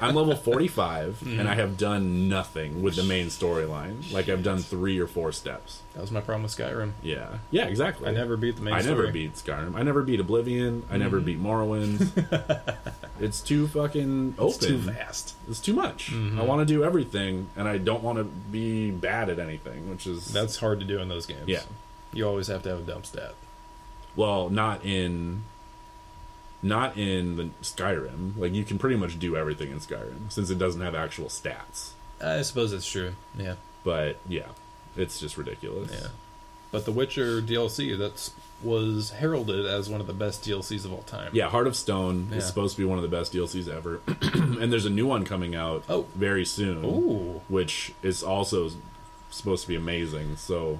A: I'm level 45,
B: Mm-hmm.
A: and I have done nothing with the main storyline. Like I've done three or four steps.
B: That was my problem with Skyrim.
A: Yeah, yeah, exactly.
B: I never beat the main
A: I never
B: story. Mm-hmm.
A: beat Skyrim. I never beat Oblivion. I never beat Morrowind. it's too fucking open.
B: It's too Mm-hmm. fast.
A: It's too much. I want to do everything, and I don't want to be bad at anything, which is
B: That's hard to do in those games.
A: Yeah.
B: you always have to have a dump stat.
A: well, not in, not in the Skyrim. Like you can pretty much do everything in Skyrim since it doesn't have actual stats.
B: I suppose it's true. Yeah,
A: But yeah, it's just ridiculous.
B: yeah. But The Witcher DLC that's was heralded as one of the best DLCs of all time.
A: Yeah, Heart of Stone
B: Yeah.
A: is supposed to be one of the best DLCs ever, and there's a new one coming out
B: Oh.
A: very soon,
B: Ooh.
A: which is also supposed to be amazing. So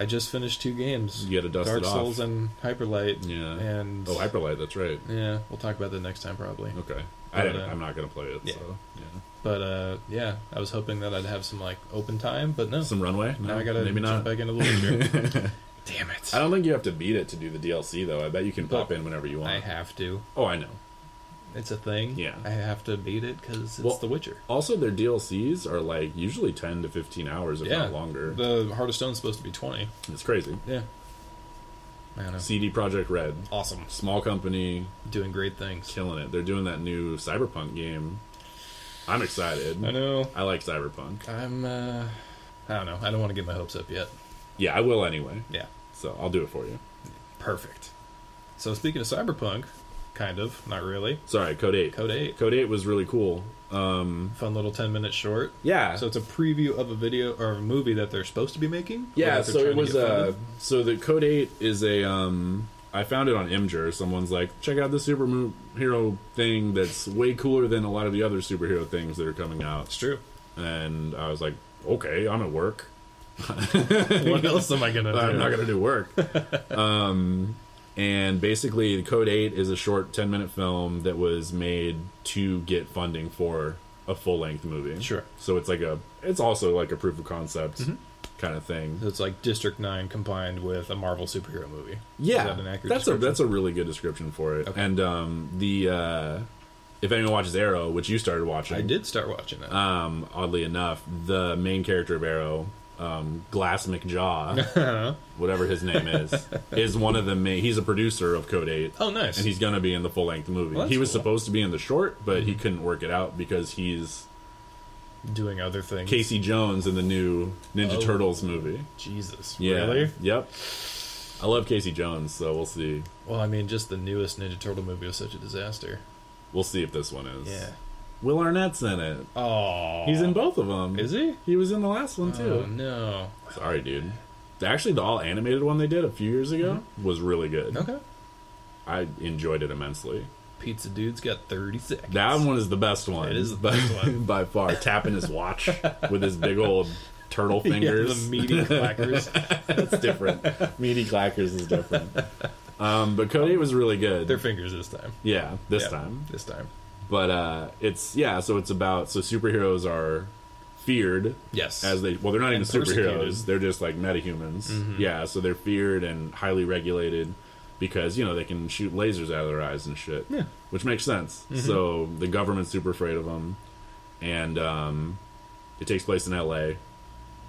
B: I just finished two games.
A: You gotta dust
B: Dark
A: it off.
B: Souls and Hyperlight.
A: Yeah.
B: And
A: Oh, Hyperlight. That's right.
B: yeah, we'll talk about that next time probably.
A: Okay. I
B: But,
A: didn't,
B: uh,
A: I'm not gonna play it.
B: yeah.
A: So yeah.
B: But uh, yeah, I was hoping that I'd have some like open time, but no.
A: Some runway? No,
B: now I gotta
A: maybe not.
B: jump back into the literature. Damn it!
A: I don't think you have to beat it to do the DLC though. I bet you can pop in whenever you want.
B: I have to.
A: Oh, I know.
B: It's a thing.
A: Yeah.
B: I have to beat it because it's
A: Well,
B: The Witcher.
A: Also, their DLCs are like usually ten to fifteen hours, if
B: Yeah,
A: not longer.
B: The Heart of Stone's supposed to be twenty.
A: it's crazy.
B: Yeah. I don't know.
A: CD Project Red,
B: Awesome.
A: small company,
B: Doing great things.
A: killing it. They're doing that new Cyberpunk game. I'm excited.
B: I know.
A: I like Cyberpunk.
B: I'm. uh I don't know. I don't want to get my hopes up yet.
A: Yeah, I will anyway.
B: Yeah.
A: So I'll do it for you.
B: Perfect. So speaking of cyberpunk, kind of, not really.
A: Sorry, Code Eight.
B: Code Eight,
A: Code Eight was really cool.
B: fun little ten minute short.
A: Yeah.
B: So it's a preview of a video or a movie that they're supposed to be making. or
A: Yeah,
B: that they're
A: so
B: trying
A: it
B: to
A: was
B: get
A: uh
B: funded?
A: so the Code 8 is a um I found it on Imgur. Someone's like, check out the superhero thing that's way cooler than a lot of the other superhero things that are coming out.
B: It's true.
A: And I was like, okay, I'm at work.
B: What else am I gonna do?
A: I'm not gonna do work. um, and basically, the Code Eight is a short, ten minute film that was made to get funding for a full length movie.
B: Sure. Mm-hmm.
A: So it's like a, it's also like a proof of concept kind of thing.
B: So it's like District Nine combined with a Marvel superhero movie.
A: Yeah,
B: Is that an accurate
A: that's a
B: description?
A: that's a really good description for it. And um, the uh, if anyone watches Arrow, which you started watching,
B: I did start watching that.
A: Um, oddly enough, the main character of Arrow, um, Glass McJaw,
B: Uh-huh.
A: whatever his name is, is one of the main. He's a producer of Code Eight.
B: oh, nice.
A: And he's gonna be in the full length movie.
B: Well, that's
A: he was
B: cool. Mm-hmm.
A: supposed to be in the short, but he couldn't work it out because he's
B: doing other things.
A: Casey Jones in the new Ninja
B: Oh.
A: Turtles movie.
B: Jesus.
A: Yeah.
B: Really?
A: Yep. I love Casey Jones, so we'll see.
B: Well, I mean, just the newest Ninja Turtle movie was such a disaster.
A: We'll see if this one is. Will Arnett's in it.
B: Oh.
A: He's in both of them.
B: Is he? Uh,
A: He was in the last one
B: Oh
A: too.
B: no.
A: Sorry, dude. Actually, the all animated one they did a few years ago
B: Mm-hmm.
A: was really good.
B: Okay.
A: I enjoyed it immensely.
B: Pizza dude's got thirty seconds.
A: That one is the best one.
B: It is the
A: by,
B: best one.
A: by far. Tapping his watch with his big old turtle
B: Yeah, the
A: fingers.
B: meaty clackers.
A: That's different. Meaty clackers is different. Um, but Cody was really good.
B: Their fingers this time.
A: yeah, this
B: Yeah,
A: time.
B: This time.
A: But uh, it's yeah. So it's about so superheroes are feared
B: Yes.
A: as they well they're not
B: And
A: even superheroes
B: persecuted.
A: they're just like metahumans
B: Mm-hmm.
A: yeah so they're feared and highly regulated because you know they can shoot lasers out of their eyes and shit
B: Yeah. Mm-hmm.
A: which makes sense so the government's super afraid of them and um, it takes place in la the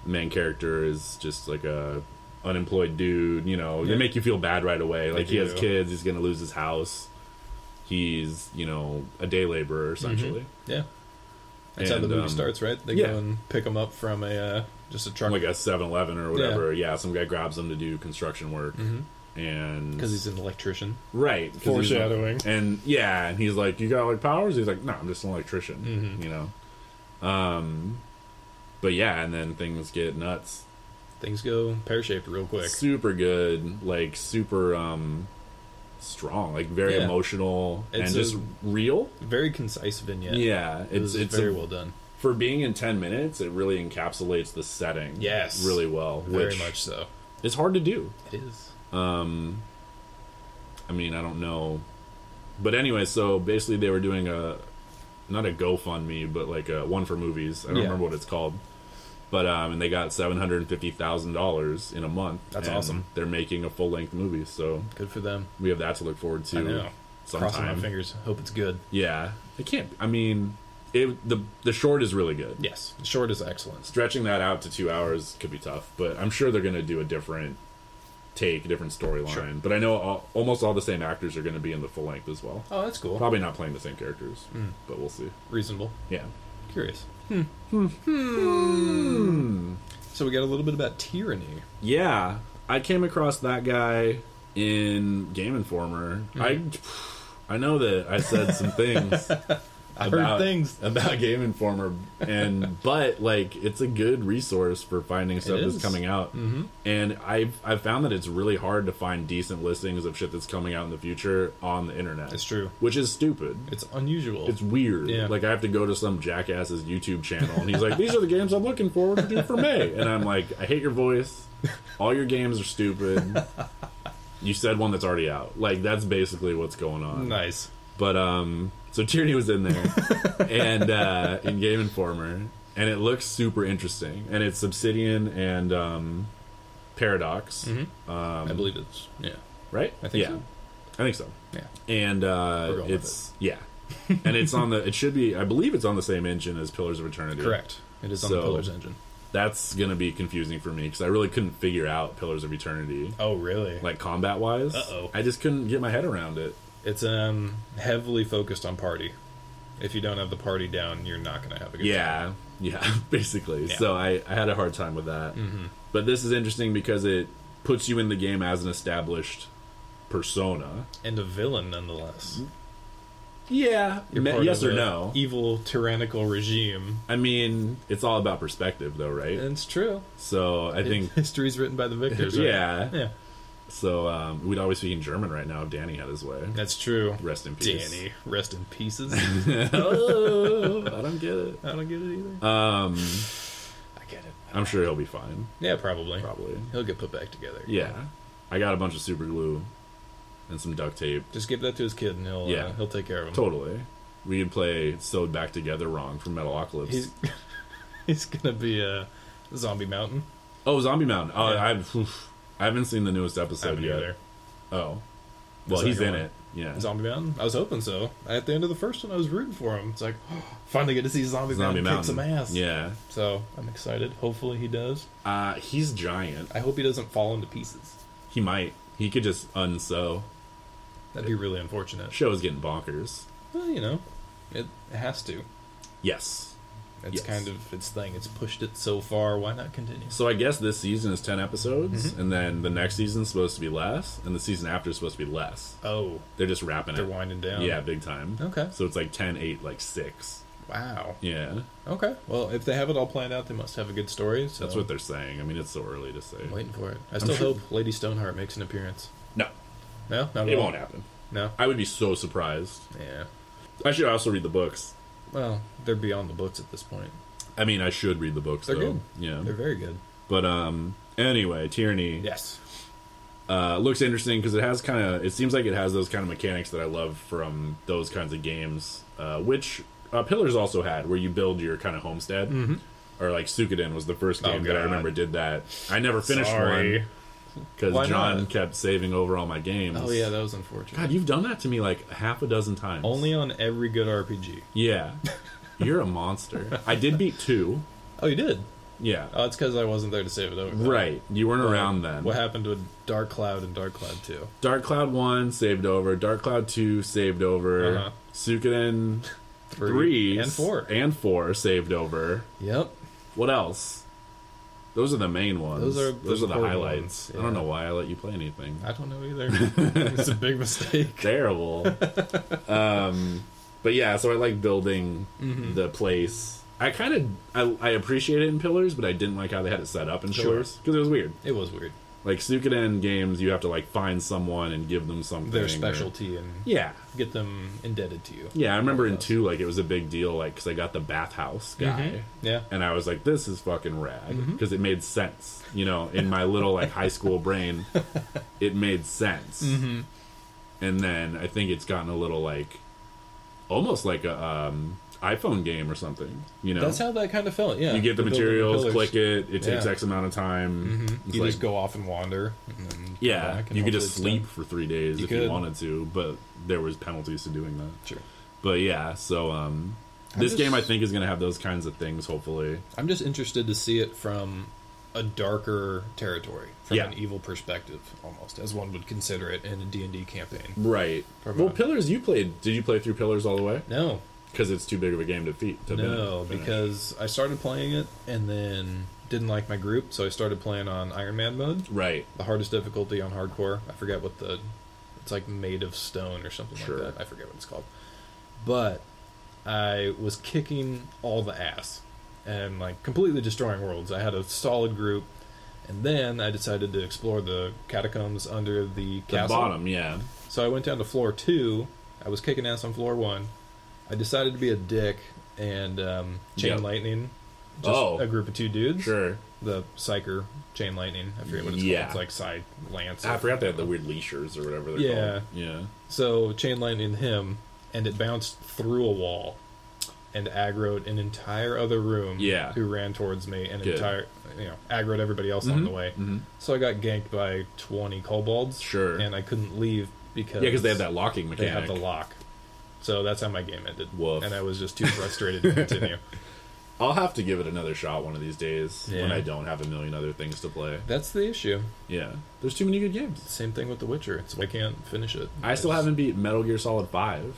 A: main character is just like a unemployed dude you know they
B: Yeah.
A: make you feel bad right away like he has
B: do.
A: kids he's gonna lose his house he's you know a day laborer essentially
B: Yeah. That's how
A: And,
B: the movie
A: um,
B: starts, right? They
A: yeah.
B: go and pick him up from a uh, just a truck
A: like a 7-Eleven or whatever. Yeah. some guy grabs him to do construction work, and
B: because Mm-hmm. he's an electrician.
A: right 'cause he's-
B: Foreshadowing.
A: and yeah, and he's like, "You got like powers?" He's like, "No, I'm just an electrician,"
B: Mm-hmm.
A: you know. Um, but yeah, and then things get nuts.
B: Things go pear shaped real quick.
A: Super good, like super um strong, like very
B: Yeah.
A: emotional
B: It's
A: and just
B: a-
A: real.
B: Very concise vignette.
A: Yeah,
B: It
A: it's
B: was
A: it's
B: very
A: a-
B: well done.
A: for being in ten minutes. It really encapsulates the setting.
B: Yes.
A: really well.
B: Very
A: which
B: much so.
A: It's hard to do.
B: It is.
A: I mean, I don't know. But anyway, so basically they were doing a not a GoFundMe, but like a one for movies. I don't
B: Yeah.
A: remember what it's called. But um, and they got seven hundred and fifty thousand dollars in a month.
B: That's
A: and
B: awesome.
A: They're making a full length movie, so
B: Good for them.
A: we have that to look forward to.
B: I know. Crossing my
A: Sometime.
B: fingers. Hope it's good.
A: Yeah, it can't. I mean, it the the short is really good.
B: Yes. Short is excellent.
A: Stretching that out to two hours could be tough, but I'm sure they're going to do a different take, a different storyline.
B: Sure.
A: But I know all, almost all the same actors are going to be in the full length as well.
B: Oh, that's cool.
A: Probably not playing the same characters, but we'll see.
B: Reasonable.
A: Hmm. Yeah.
B: Curious. Hmm. So we got a little bit about tyranny.
A: Yeah. I came across that guy Hmm. in Game Informer. I I know that I said some things
B: I heard things.
A: about Game Informer, and but like it's a good resource for finding stuff that's
B: is.
A: coming out. Mm-hmm. And I've I've found that it's really hard to find decent listings of shit that's coming out in the future on the internet.
B: It's true.
A: which is stupid.
B: It's unusual.
A: It's weird.
B: Yeah.
A: Like I have to go to some jackass's YouTube channel, and he's like, "These are the games I'm looking forward to do for May," and I'm like, "I hate your voice. All your games are stupid." You said one that's already out. Like that's basically what's going on.
B: nice.
A: But um, so Tierney was in there, and uh, in Game Informer, and it looks super interesting. And it's Obsidian and um, Paradox,
B: I believe it's yeah.
A: right?
B: Mm-hmm. I think
A: yeah,
B: so.
A: I think so.
B: Yeah.
A: And
B: We're
A: uh,
B: going with
A: it's yeah, and it's on the. It should be. I believe it's on the same engine as Pillars of Eternity.
B: Correct. It is on the
A: So-
B: Pillars engine.
A: That's gonna be confusing for me because I really couldn't figure out Pillars of Eternity.
B: Oh really?
A: Like combat wise,
B: Uh-oh.
A: I just couldn't get my head around it.
B: It's um heavily focused on party. If you don't have the party down, you're not gonna have a good time.
A: Yeah, yeah, basically.
B: Yeah. Mm-hmm.
A: So I, I had a hard time with that. But this is interesting because it puts you in the game as an established persona.
B: And a villain nonetheless.
A: Yeah.
B: You're part
A: yes
B: of E
A: or
B: a
A: no?
B: Evil tyrannical regime.
A: I mean, it's all about perspective, though, right?
B: And it's true.
A: so I think
B: history's written by the victors, right?
A: Yeah.
B: Yeah.
A: so. Um, we'd always speak in German right now if Danny had his way.
B: That's true.
A: Rest in peace,
B: Danny. Rest in pieces.
A: oh, I don't get it.
B: I don't get it either.
A: Um,
B: I get it.
A: I'm sure he'll be fine.
B: Yeah, probably.
A: Probably.
B: He'll get put back together.
A: Yeah. I got a bunch of super glue and some duct tape.
B: Just give that to his kid and he'll yeah.
A: Yeah.
B: he'll take care of him.
A: Totally. We could play Sewed Back Together Wrong from Metalocalypse.
B: He's he's gonna be a zombie mountain.
A: Oh, Zombie Mountain. Oh,
B: Yeah.
A: I've, oof. I haven't seen the newest
B: I
A: episode
B: haven't
A: yet.
B: either.
A: Oh. Well,
B: second
A: he's in
B: one.
A: it. Yeah. Zombie,
B: Zombie Mountain. I was hoping so. At the end of the first one, I was rooting for him. It's like finally get to see Zombie, Mountain,
A: Mountain.
B: kick some ass.
A: Yeah.
B: So I'm excited. Hopefully he does.
A: Uh, he's giant.
B: I hope he doesn't fall into pieces.
A: He might. He could just unsew.
B: That'd be really unfortunate.
A: Show is getting bonkers.
B: Well, you know, it it has to.
A: Yes.
B: It's
A: Yes.
B: kind of its thing. It's pushed it so far. Why not continue?
A: So I guess this season is 10 episodes,
B: Mm-hmm.
A: and then the next season's supposed to be less, and the season after is supposed to be less.
B: Oh,
A: They're just wrapping
B: they're
A: it.
B: winding down.
A: Yeah, big time.
B: Okay.
A: So it's like 10, 8, like 6.
B: Wow.
A: Yeah.
B: Okay. Well, if they have it all planned out, they must have a good story. So
A: That's what they're saying. I mean, it's so early to say.
B: I'm waiting for it. I still
A: sure-
B: hope Lady Stoneheart makes an appearance.
A: No,
B: No, not at
A: it
B: all?
A: won't happen.
B: No.
A: I would be so surprised.
B: Yeah.
A: I should also read the books.
B: Well, they're beyond the books at this point.
A: I mean, I should read the books.
B: They're
A: though.
B: good.
A: Yeah.
B: They're very good.
A: But um, anyway, Tyranny
B: Yes.
A: uh, looks interesting because it has kind of. It seems like it has those kind of mechanics that I love from those kinds of games, uh, which uh, Pillars also had, where you build your kind of homestead. Or like Suikoden was the first
B: Mm-hmm. Oh,
A: game that I
B: God.
A: remember did that. I never finished
B: Sorry.
A: one because
B: Why
A: John
B: not?
A: kept saving over all my games.
B: Oh yeah, that was unfortunate.
A: God, you've done that to me like half a dozen times.
B: Only on every good RPG.
A: Yeah. You're a monster. I did beat two.
B: Oh, you did.
A: Yeah.
B: Oh, it's because I wasn't there to save it over. though.
A: right. You weren't around then.
B: What happened with Dark Cloud and Dark Cloud Two?
A: Dark Cloud 1 saved over. Dark Cloud 2 saved over.
B: Uh-huh.
A: Suikoden 3,
B: and four.
A: And 4 saved over.
B: Yep.
A: What else? Those are the main ones.
B: Those are the
A: Those are the
B: important
A: highlights.
B: ones,
A: I don't
B: yeah.
A: know why I let you play anything.
B: I don't know either. it's a big mistake.
A: terrible. um, but yeah, so I like building
B: Mm-hmm.
A: the place. I kind of I, I appreciate it in Pillars, but I didn't like how they had it set up in
B: Sure.
A: Pillars because it was weird.
B: It was weird.
A: Like Suikoden games, you have to like find someone and give them something.
B: Their
A: or-
B: specialty and
A: Yeah,
B: get them indebted to you.
A: yeah. I remember in
B: Yes.
A: two, like it was a big deal, like because I got the bathhouse guy.
B: Yeah.
A: And I was like, "This is fucking rad,"
B: Mm-hmm.
A: because it made sense, you know, in my little like high school brain, it made sense.
B: Mm-hmm.
A: And then I think it's gotten a little like, almost like a um, iPhone game or something, you know.
B: That's how that kind of felt. Yeah.
A: you get the
B: building
A: materials,
B: pillars.
A: click it. It takes
B: Yeah. Mm-hmm.
A: X amount of time. It's
B: You
A: like- Mm-hmm.
B: just go off and wander. And then come
A: Yeah,
B: back and
A: you could
B: hopefully
A: just
B: it's done.
A: sleep for three days
B: You
A: if you
B: could.
A: wanted to, but there was penalties to doing that.
B: Sure.
A: But yeah, so um, this
B: just-
A: game I think is going to have those kinds of things. Hopefully,
B: I'm just interested to see it from a darker territory, from
A: Yeah.
B: an evil perspective, almost as one would consider it in a D and D campaign.
A: right?
B: Probably.
A: Well, Pillars, you played? Did you play through Pillars all the way?
B: No,
A: Because it's too big of a game to feat. To
B: no,
A: fin- finish.
B: because I started playing it and then didn't like my group, so I started playing on Iron Man mode,
A: right,
B: the hardest difficulty on hardcore. I forget what the it's like made of stone or something
A: Sure.
B: like that. I forget what it's called, but I was kicking all the ass and like completely destroying worlds. I had a solid group, and then I decided to explore the catacombs under
A: The
B: the castle.
A: bottom, yeah.
B: So I went down to floor two. I was kicking ass on floor one. I decided to be a dick and um, chain
A: Yep.
B: lightning. Just
A: Oh.
B: a group of two dudes.
A: Sure.
B: The psyker chain lightning. I forget what it's
A: Yeah.
B: called. It's like side lance.
A: I forgot they had the weird leashers or whatever they're
B: Yeah.
A: called. Yeah.
B: So chain lightning him, and it bounced through a wall, and aggroed an entire other room.
A: Yeah.
B: Who ran towards me and
A: Good. Mm-hmm.
B: entire you know aggroed everybody else on the way. So I got ganked by twenty kobolds.
A: Sure.
B: And I couldn't leave because
A: Yeah, because they have that locking
B: they
A: mechanic.
B: have the lock. So that's how my game ended.
A: Woof.
B: And I was just too frustrated to continue.
A: I'll have to give it another shot one of these days when
B: Yeah.
A: I don't have a million other things to play.
B: That's the issue.
A: Yeah. There's too many good games.
B: Same thing with The Witcher. It's I can't finish it.
A: I still haven't beat Metal Gear Solid 5.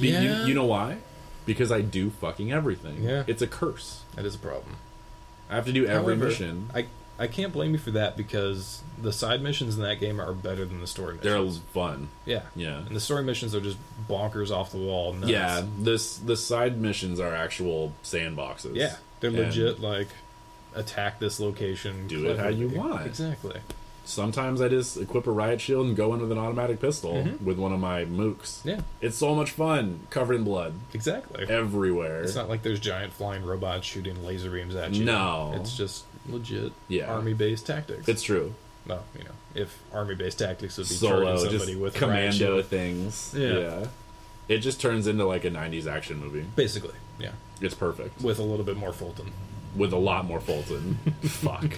A: Be- you-
B: Yeah.
A: You, know why? Because I do fucking everything.
B: Yeah.
A: It's a curse.
B: That is a problem.
A: I have to do every
B: However,
A: mission.
B: I I can't blame you for that because the side missions in that game are better than the story missions.
A: They're fun.
B: yeah,
A: yeah.
B: And the story missions are just bonkers off the wall. Nuts.
A: Yeah, this the side missions are actual sandboxes.
B: yeah. They're
A: And
B: legit like attack this location.
A: Do it how you
B: cleverly.
A: want.
B: Exactly.
A: Sometimes I just equip a riot shield and go in with an automatic pistol with one of my mooks.
B: Mm-hmm. Yeah.
A: It's so much fun, covered in blood
B: Exactly.
A: everywhere.
B: It's not like there's giant flying robots shooting laser beams at you.
A: No.
B: It's just legit
A: Yeah.
B: army based tactics.
A: It's true.
B: well, you know, if army based tactics would be
A: Solo,
B: charging
A: just
B: somebody with a riot
A: commando
B: shield.
A: things.
B: Yeah.
A: It just turns into like a 90s action movie.
B: Basically, yeah.
A: It's perfect.
B: With a little bit more Fulton.
A: With a lot more Fulton. Fuck.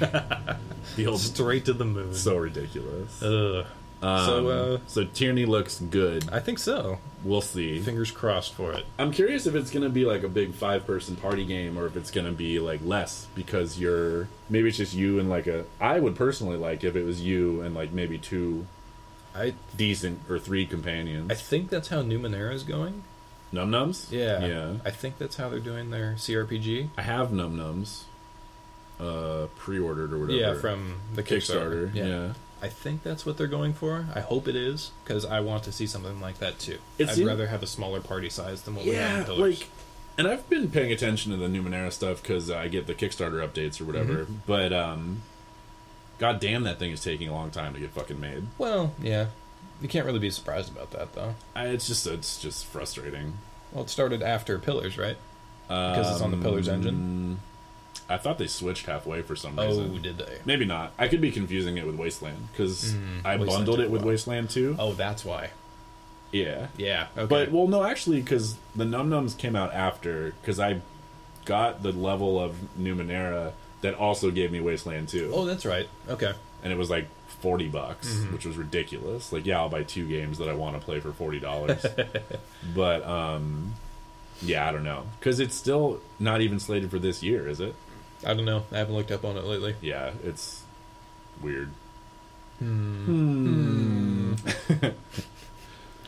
A: Feels
B: Straight to the moon.
A: so ridiculous.
B: Ugh. so uh,
A: so Tierney looks good.
B: I think so.
A: We'll see.
B: Fingers crossed for it.
A: I'm curious if it's gonna be like a big five person party game or if it's gonna be like less because you're maybe it's just you and like a I would personally like if it was you and like maybe two
B: I
A: decent or three companions.
B: I think that's how Numenera is going.
A: num nums?
B: Yeah.
A: Yeah.
B: I think that's how they're doing their CRPG.
A: I have num nums. Uh pre ordered or whatever.
B: Yeah, from the Kickstarter.
A: Kickstarter. yeah.
B: I think that's what they're going for. I hope it is because I want to see something like that too.
A: It's
B: I'd
A: in-
B: rather have a smaller party size than what we have in
A: Yeah,
B: Pillars.
A: like, and I've been paying attention to the Numenera stuff because I get the Kickstarter updates or whatever.
B: Mm-hmm.
A: But um, god damn, that thing is taking a long time to get fucking made.
B: well, yeah, you can't really be surprised about that though.
A: I, it's just it's just frustrating.
B: Well, it started after Pillars, right? Because it's on the Pillars
A: Um,
B: engine.
A: I thought they switched halfway for some
B: Oh,
A: reason.
B: did they?
A: Maybe not. I could be confusing it with Wasteland because I
B: Mm, Wasteland
A: bundled
B: took
A: it
B: a
A: with
B: while.
A: Wasteland too.
B: Oh, that's why.
A: Yeah.
B: Yeah. Okay.
A: But well, no, actually, because the Num Nums came out after, because I got the level of Numenera that also gave me Wasteland too.
B: oh, Mm-hmm. that's right. Okay.
A: and it was like 40 bucks which was ridiculous like yeah i'll buy two games that i want to play for $40 but um yeah i don't know because it's still not even slated for this year is it
B: I don't know. I haven't looked up on it lately.
A: yeah it's weird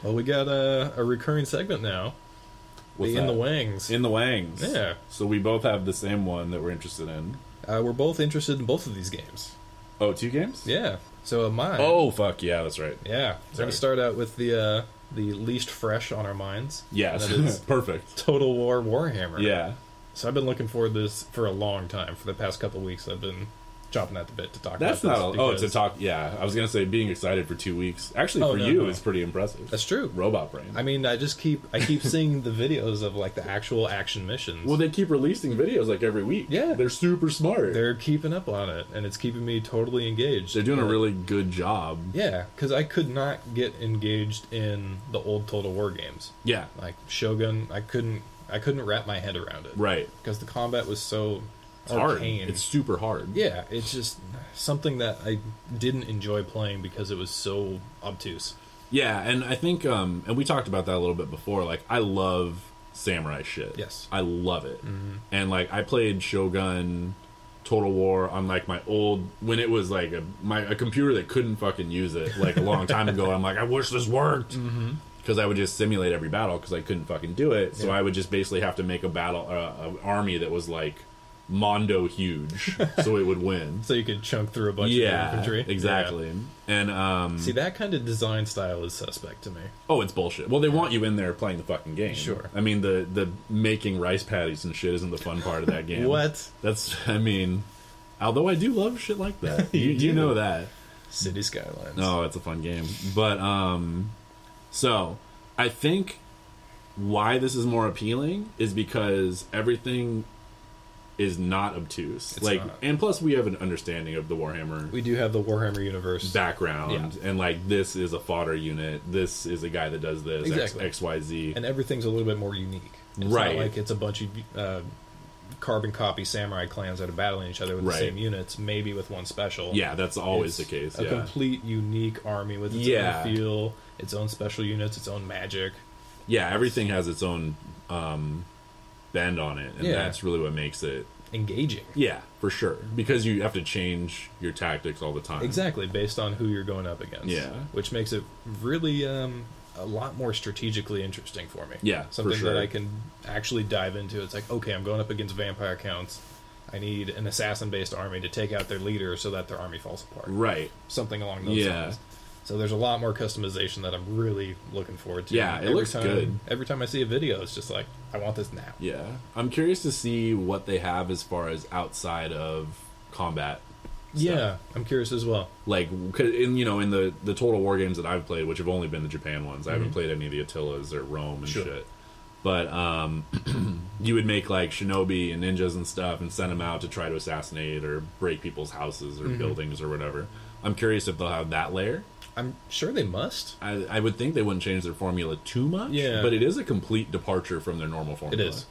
B: Well, we got a, a recurring segment now.
A: What's
B: the In the
A: that?
B: Wangs.
A: in the wangs
B: Yeah.
A: so we both have the same one that we're interested in
B: Uh, we're both interested in both of these games.
A: oh two games
B: Yeah. So uh, mine.
A: oh fuck yeah that's right
B: Yeah. We're
A: Sorry.
B: gonna start out with the uh, the least fresh on our minds.
A: yes
B: That is
A: perfect
B: Total War Warhammer.
A: yeah
B: So I've been looking forward to this for a long time. For the past couple weeks, I've been chopping at the bit to talk
A: that's
B: about
A: not
B: this.
A: a, oh it's a
B: because-
A: talk yeah i was gonna say being excited for two weeks actually
B: Oh,
A: for
B: no,
A: you
B: no.
A: it's pretty impressive
B: That's true.
A: robot brain
B: I mean, I just keep I keep seeing the videos of like the actual action missions.
A: Well, they keep releasing videos like every week.
B: Yeah.
A: they're super smart. They're
B: they're keeping up on it, and it's keeping me totally engaged.
A: they're doing a
B: But-
A: really good job.
B: Yeah, because I could not get engaged in the old Total War games,
A: Yeah,
B: like Shogun. I couldn't. I couldn't wrap my head around it.
A: right.
B: Because the combat was so
A: It's hard.
B: arcane.
A: It's super hard.
B: yeah, it's just something that I didn't enjoy playing because it was so obtuse.
A: yeah. And I think, um, and we talked about that a little bit before. Like, I love samurai shit.
B: Yes. Mm-hmm.
A: I love it. And like, I played Shogun. Total War on like my old when it was like a my a computer that couldn't fucking use it like a long time ago. I'm like I wish this worked because
B: Mm-hmm.
A: I would just simulate every battle because I couldn't fucking do it. So I would just basically have to make a battle uh, an army that was like Mondo huge, so it would win.
B: so you could chunk through a bunch of
A: yeah,
B: infantry.
A: exactly. And um,
B: Yeah. See, that kind of design style is suspect to me.
A: oh, it's bullshit. Well, they want you in there playing the fucking game.
B: Sure.
A: I mean, the the making rice patties and shit isn't the fun part of that game.
B: What?
A: That's. I mean, although I do love shit like that. you,
B: You
A: you
B: do.
A: know that.
B: City Skylines.
A: Oh, it's a fun game. But um so I think why this is more appealing is because everything is not obtuse.
B: It's
A: like
B: not.
A: and plus we have an understanding of the Warhammer
B: We do have the Warhammer universe.
A: background and like this is a fodder unit, this is a guy that does this,
B: Exactly.
A: X, XYZ.
B: and everything's a little bit more unique. It's not
A: Right.
B: like it's a bunch of uh, carbon copy samurai clans that are battling each other with
A: Right.
B: the same units, maybe with one special.
A: yeah, that's always
B: It's
A: the case.
B: A
A: yeah.
B: complete unique army with its
A: Yeah.
B: own feel, its own special units, its own magic.
A: yeah, everything has its own um bend on it and
B: Yeah.
A: that's really what makes it
B: Engaging.
A: yeah, for sure. Because you have to change your tactics all the time.
B: Exactly, based on who you're going up against.
A: Yeah.
B: Which makes it really um, a lot more strategically interesting for me.
A: Yeah, for
B: Something
A: sure.
B: that I can actually dive into. It's like, okay, I'm going up against vampire counts. I need an assassin based army to take out their leader so that their army falls apart.
A: Right.
B: Something along those
A: Yeah.
B: lines. So there's a lot more customization that I'm really looking forward to.
A: Yeah, it looks
B: time,
A: good.
B: Every time I see a video, it's just like, I want this now.
A: Yeah, I'm curious to see what they have as far as outside of combat.
B: Yeah, I'm curious as well.
A: Like, 'cause in you know, in the the total war games that I've played, which have only been the Japan ones, I haven't played any of the Attilas or Rome and
B: Mhm. Sure.
A: shit. But um, you would make like shinobi and ninjas and stuff, and send them out to try to assassinate or break people's houses or
B: Mhm.
A: buildings or whatever. I'm curious if they'll have that layer.
B: I'm sure they must.
A: I, I would think they wouldn't change their formula too much.
B: Yeah.
A: but it is a complete departure from their normal
B: It
A: formula.
B: is,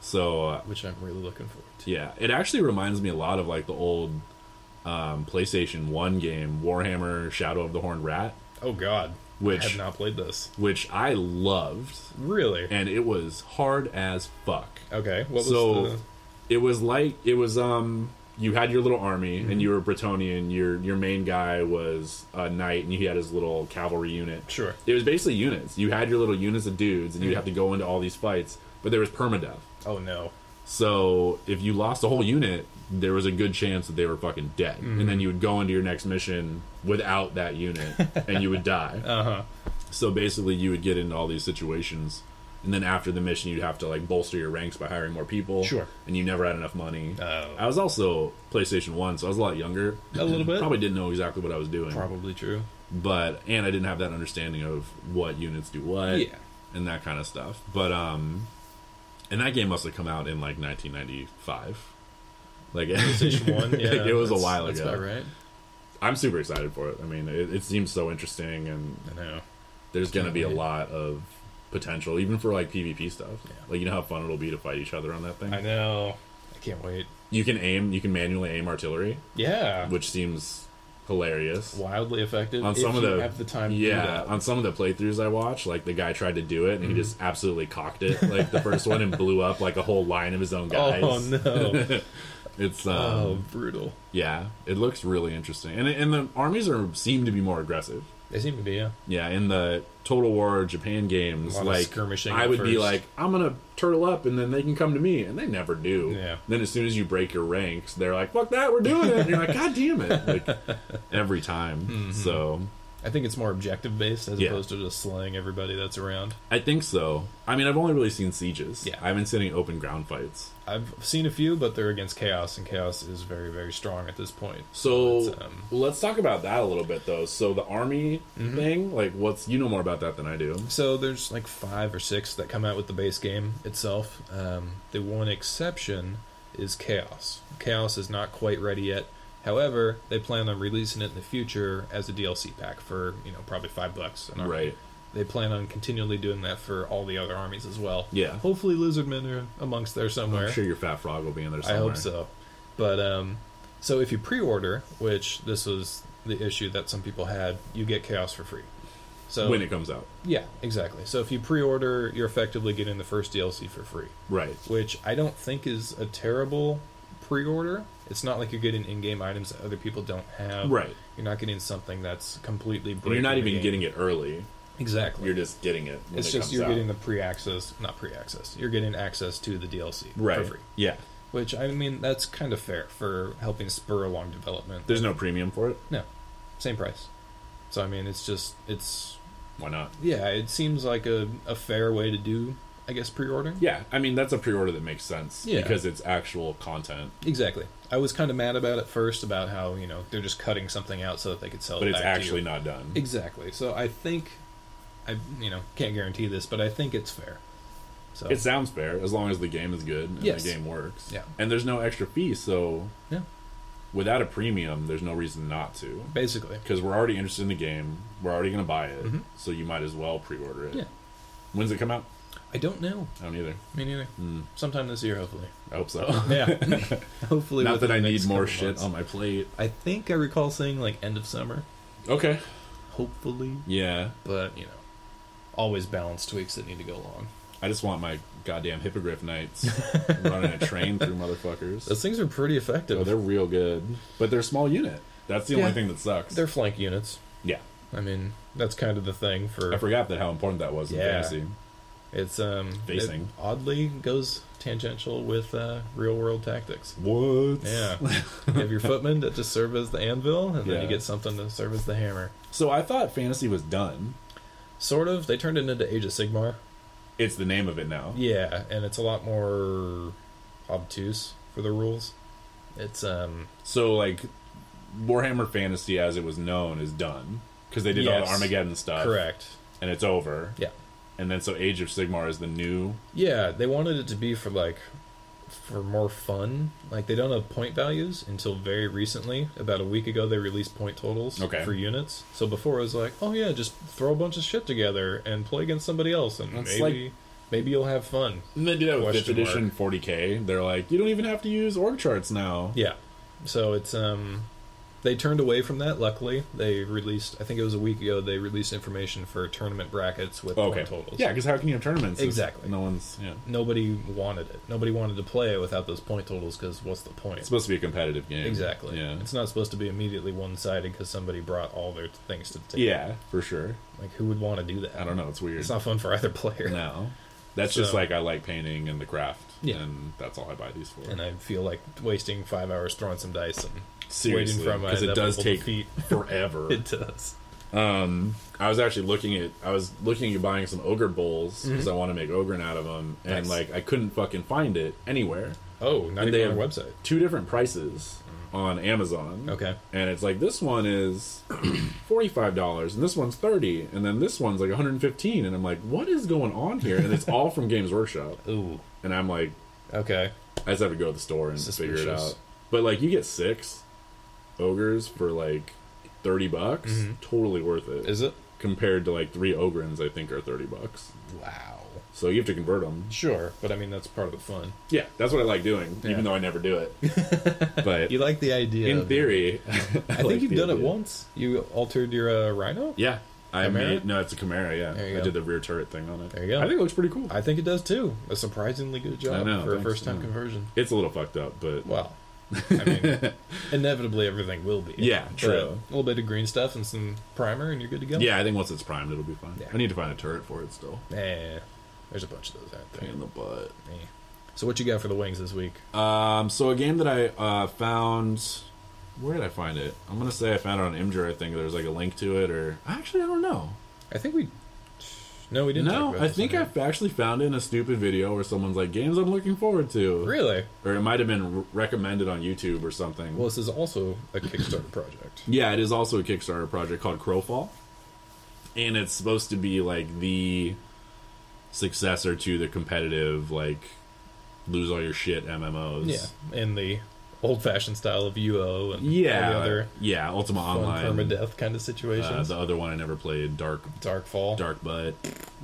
A: So uh,
B: which I'm really looking forward to.
A: Yeah, it actually reminds me a lot of like the old um, PlayStation One game, Warhammer: Shadow of the Horned Rat,
B: Oh, God.
A: Which-
B: I have not played this.
A: which I loved,
B: Really?
A: and it was hard as fuck.
B: okay. What was
A: so
B: the
A: it was like it was um you had your little army
B: Mm-hmm.
A: and you were Bretonian. Your your main guy was a knight, and he had his little cavalry unit.
B: Sure.
A: it was basically units. You had your little units of dudes, and you'd have to go into all these fights, but there was permadeath.
B: Oh no.
A: So if you lost a whole unit, there was a good chance that they were fucking dead,
B: Mm-hmm.
A: and then you would go into your next mission without that unit, and you would die. Uh-huh. So basically, you would get into all these situations, and then after the mission, you'd have to like bolster your ranks by hiring more people.
B: Sure.
A: And you never had enough money.
B: Oh.
A: I was also PlayStation One, so I was a lot younger.
B: A little bit.
A: Probably didn't know exactly what I was doing.
B: Probably true.
A: But and I didn't have that understanding of what units do what.
B: Yeah.
A: And that kind of stuff. But um, and that game must have come out in like 1995. Like
B: Fish one. Yeah,
A: it was a
B: that's-
A: while
B: that's
A: ago.
B: about right.
A: I'm super excited for it. I mean, it, it seems so interesting, and
B: I know.
A: there's going to be a
B: wait.
A: lot of potential, even for like PvP stuff.
B: Yeah.
A: Like you know how fun it'll be to fight each other on that thing.
B: I know. I can't wait.
A: You can aim, you can manually aim artillery,
B: Yeah.
A: which seems hilarious.
B: Wildly effective.
A: on
B: if
A: some of
B: you
A: the
B: have the time. to do
A: yeah
B: that. Mm-hmm.
A: on some of the playthroughs i watched like the guy tried to do it and he just absolutely cocked it like the first one and blew up like a whole line of his own guys
B: Oh no.
A: it's um,
B: oh, brutal.
A: yeah it looks really interesting and and the armies are seem to be more aggressive
B: They seem to be. Yeah.
A: yeah in the total war japan games
B: A lot of
A: like
B: skirmishing
A: i
B: at
A: would be
B: first.
A: like i'm gonna turtle up and then they can come to me and they never do
B: Yeah.
A: then as soon as you break your ranks they're like fuck that we're doing it and you're like god damn it like every time
B: Mm-hmm.
A: so
B: I think it's more objective based as
A: Yeah.
B: opposed to just slaying everybody that's around.
A: I think so. I mean, I've only really seen sieges.
B: Yeah.
A: I haven't seen any open ground fights.
B: I've seen a few, but they're against chaos, and chaos is very, very strong at this point.
A: So
B: That's, um, Mm-hmm.
A: let's talk about that a little bit, though. So the army thing, like, what's you know more about that than I do?
B: So there's like five or six that come out with the base game itself. Um, the one exception is Chaos. Chaos is not quite ready yet. However, they plan on releasing it in the future as a DLC pack for you know probably five bucks. An
A: Right.
B: They plan on continually doing that for all the other armies as well.
A: Yeah.
B: Hopefully, Lizardmen are amongst there somewhere.
A: I'm sure your fat frog will be in there.
B: I
A: Somewhere.
B: hope so. But um, so if you pre-order, which this was the issue that some people had, you get Chaos for free. So
A: When it comes out,
B: yeah, exactly. So if you pre-order, you're effectively getting the first DLC for free,
A: right?
B: which I don't think is a terrible pre-order. It's not like you're getting in-game items that other people don't have.
A: Right.
B: You're not getting something that's completely.
A: And you're not
B: breaking the
A: even
B: game.
A: getting it early.
B: exactly.
A: You're just getting it. When
B: it's
A: it
B: just
A: comes
B: you're
A: out.
B: getting the pre-access, not pre-access. You're getting access to the DLC
A: right.
B: for free.
A: Yeah.
B: Which I mean, that's kind of fair for helping spur along development.
A: There's no premium for it.
B: no same price. So I mean, it's just it's
A: Why not?
B: yeah, it seems like a, a fair way to do, I guess, pre-ordering.
A: Yeah, I mean that's a pre-order that makes sense
B: Yeah.
A: because it's actual content,
B: Exactly. I was kind of mad about it first about how you know they're just cutting something out so that they could sell.
A: but
B: it
A: it's
B: back to
A: actually
B: you.
A: not done.
B: exactly. So I think I you know can't guarantee this, but I think it's fair. So
A: It sounds fair as long as the game is good and
B: Yes.
A: the game works.
B: Yeah.
A: and there's no extra fee, so
B: yeah,
A: without a premium, there's no reason not to.
B: basically
A: Because we're already interested in the game, we're already going to buy it, so you might as well pre-order it.
B: Mm-hmm. yeah.
A: When's it come out?
B: I don't know.
A: I don't either.
B: Me neither. Sometime this year, hopefully.
A: I hope so.
B: Yeah. hopefully.
A: Hmm. Not
B: within
A: that I
B: the
A: need
B: next
A: more
B: couple
A: shit
B: months.
A: on my plate.
B: I think I recall saying like end of summer,
A: Okay.
B: hopefully.
A: Yeah.
B: But you know, always balance tweaks that need to go along.
A: I just want my goddamn hippogriff knights running a train through motherfuckers.
B: Those things are pretty effective.
A: Oh, they're real good, but they're a small unit. That's the
B: Yeah.
A: only thing that sucks.
B: They're flank units.
A: yeah,
B: I mean, that's kind of the thing for
A: I forgot that how important that was in
B: Yeah.
A: fantasy.
B: it's um
A: Facing.
B: It oddly goes tangential with uh, real world tactics.
A: What?
B: Yeah, you have your footmen that just serve as the anvil, and then
A: Yeah.
B: you get something to serve as the hammer.
A: So I thought fantasy was done.
B: Sort of. They turned it into Age of Sigmar.
A: It's the name of it now.
B: Yeah, and it's a lot more obtuse for the rules. It's um
A: So like, Warhammer Fantasy as it was known is done because they did all
B: Yes.
A: the Armageddon stuff,
B: correct.
A: And it's over.
B: Yeah.
A: And then so Age of Sigmar is the new.
B: Yeah, they wanted it to be for like for more fun. Like they don't have point values until very recently. About a week ago they released point totals
A: Okay.
B: for units. So before it was like, oh yeah, just throw a bunch of shit together and play against somebody else and
A: That's
B: maybe maybe you'll have fun.
A: And they did that with fifth
B: Question
A: edition 40k. They're like, you don't even have to use org charts now.
B: Yeah. So it's um they turned away from that luckily. They released I think it was a week ago they released information for tournament brackets with
A: Okay.
B: point totals.
A: Yeah, because how can you have tournaments? if
B: Exactly.
A: No one's. Yeah.
B: Nobody wanted it. Nobody wanted to play without those point totals because what's the point?
A: It's supposed to be a competitive game.
B: Exactly.
A: Yeah.
B: It's not supposed to be immediately one sided because somebody brought all their things to the table.
A: yeah, for sure.
B: Like, who would want to do that?
A: I don't know. It's weird.
B: It's not fun for either player.
A: No. That's just
B: So-
A: like I like painting and the craft.
B: Yeah.
A: And that's all I buy these for.
B: And I feel like wasting five hours throwing some dice and
A: Seriously.
B: waiting for my
A: Because it does
B: inevitable
A: take
B: defeat.
A: forever.
B: It does.
A: I was actually looking at I was looking at buying some ogre bowls because I want to make ogren out of them, and
B: Mm-hmm. Nice.
A: like I couldn't fucking find it anywhere.
B: Oh, not
A: And
B: even on our website.
A: two different prices on Amazon.
B: Okay.
A: and it's like this one is forty five dollars, and this one's thirty, and then this one's like one hundred and fifteen, and I'm like, what is going on here? And it's all from Games Workshop,
B: Ooh.
A: and I'm like,
B: Okay.
A: I just have to go to the store and figure it
B: Suspicious.
A: out. But like, you get six ogres for like thirty bucks, totally worth it.
B: Mm-hmm. Is it?
A: compared to like three ogrins, I think are thirty bucks.
B: Wow.
A: So you have to convert them.
B: Sure, but I mean, that's part of the fun.
A: Yeah, that's what I like doing,
B: Yeah.
A: even though I never do it. but
B: You like the idea.
A: in
B: of-
A: theory, I,
B: I think you've done it once. You altered your uh, rhino?
A: Yeah. I
B: Chimera?
A: made no, it's a Chimera. Yeah,
B: There you
A: I
B: go.
A: did the rear turret thing on it.
B: There you go.
A: I think it looks pretty cool.
B: I think it does too. A surprisingly good job
A: know,
B: for a
A: thanks,
B: first time
A: yeah.
B: conversion.
A: It's a little fucked up, but
B: Well, I mean, inevitably everything will be.
A: Yeah,
B: But
A: true.
B: A little bit of green stuff and some primer, and you're good to go.
A: yeah, I think once it's primed, it'll be fine.
B: Yeah.
A: I need to find a turret for it still.
B: Eh, there's a bunch of those out there.
A: Pain in the butt.
B: Eh. So what you got for the wings this week?
A: Um, so a game that I uh, found. Where did I find it? I'm gonna say I found it on Imgur. I think there's like a link to it, or actually I don't know.
B: I think we. No, we didn't. talk
A: No,
B: about
A: I
B: this
A: think
B: one,
A: I actually found it in a stupid video where someone's like, "Games I'm looking forward to,"
B: right? Really?
A: or it might have been r recommended on YouTube or something.
B: Well, this is also a Kickstarter project.
A: yeah, it is also a Kickstarter project called Crowfall, and it's supposed to be like the successor to the competitive like lose all your shit MMOs.
B: Yeah, in the old-fashioned style of UO and all the
A: yeah,
B: other
A: yeah. Ultima
B: fun
A: Online,
B: permadeath kind of
A: uh,
B: situations.
A: the other one I never played, Dark
B: Darkfall.
A: Dark Butt.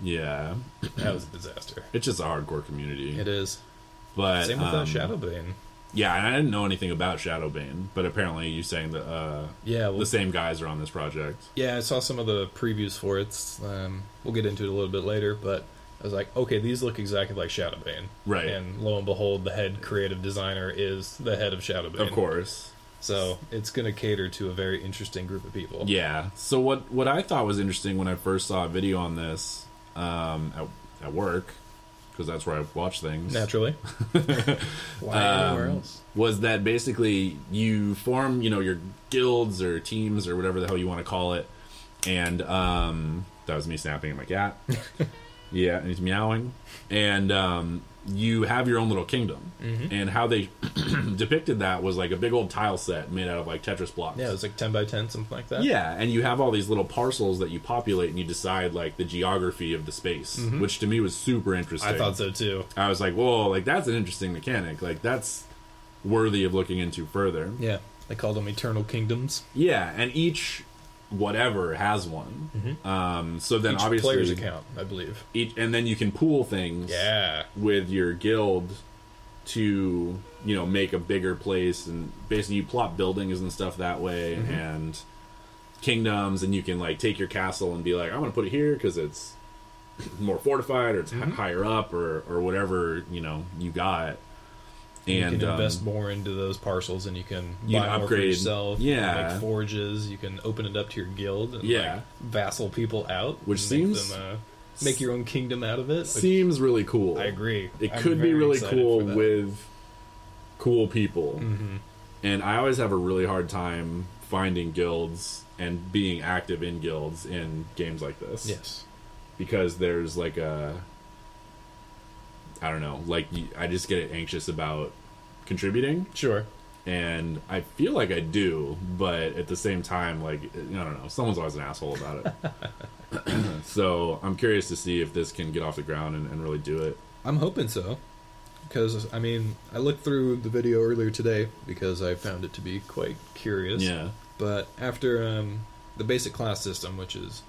A: Yeah,
B: That was a disaster.
A: it's just a hardcore community.
B: It is.
A: But
B: Same with uh,
A: um,
B: Shadowbane.
A: Yeah, and I didn't know anything about Shadowbane, but apparently you saying that uh,
B: Yeah, well,
A: the same guys are on this project.
B: Yeah, I saw some of the previews for it. Um, we'll get into it a little bit later, but I was like, okay, these look exactly like Shadowbane.
A: Right.
B: And lo and behold, the head creative designer is the head of Shadowbane.
A: Of course.
B: So it's going to cater to a very interesting group of people.
A: Yeah. So what what I thought was interesting when I first saw a video on this um, at at work, 'cause because that's where I watch things.
B: Naturally. Why anywhere
A: Um,
B: else?
A: was that basically you form, you know, your guilds or teams or whatever the hell you want to call it, and um, that was me snapping at my cat. yeah, and he's meowing, and um, you have your own little kingdom.
B: Mm-hmm.
A: And how they depicted that was like a big old tile set made out of like Tetris blocks.
B: Yeah, it was like ten by ten, something like that.
A: Yeah, and you have all these little parcels that you populate, and you decide like the geography of the space,
B: Mm-hmm.
A: which to me was super interesting.
B: I thought so too.
A: I was like, whoa, like that's an interesting mechanic. Like that's worthy of looking into further.
B: Yeah, they called them Eternal Kingdoms.
A: Yeah, and each whatever has one. Um, so then
B: Mm-hmm. Each
A: obviously
B: player's account, I believe.
A: each- and then you can pool things.
B: Yeah,
A: with your guild to you know make a bigger place and basically you plot buildings and stuff that way
B: Mm-hmm.
A: and kingdoms and you can like take your castle and be like i'm gonna put it here because it's more fortified or it's
B: Mm-hmm.
A: hi- higher up or or whatever you know you got and
B: you can
A: um,
B: invest more into those parcels, and you can
A: you
B: buy
A: can
B: more for
A: upgrade-
B: yourself. you can
A: yeah.
B: make forges. You can open it up to your guild. And,
A: Yeah.
B: like, vassal people out,
A: Which
B: and make
A: seems-
B: them, uh, make your own kingdom out of it.
A: seems really cool
B: I agree.
A: it
B: I'm
A: could be
B: very
A: really
B: excited
A: cool
B: for that. Mm-hmm.
A: with cool people and i always have a really hard time finding guilds and being active in guilds in games like this
B: yes.
A: because there's like a i don't know like y- i just get anxious about contributing
B: Sure.
A: and i feel like i do but at the same time like i don't know someone's always an asshole about it so i'm curious to see if this can get off the ground and, and really do it
B: I'm hoping so. Because, I mean, I looked through the video earlier today because I found it to be quite curious.
A: yeah
B: But after um, the basic class system, which is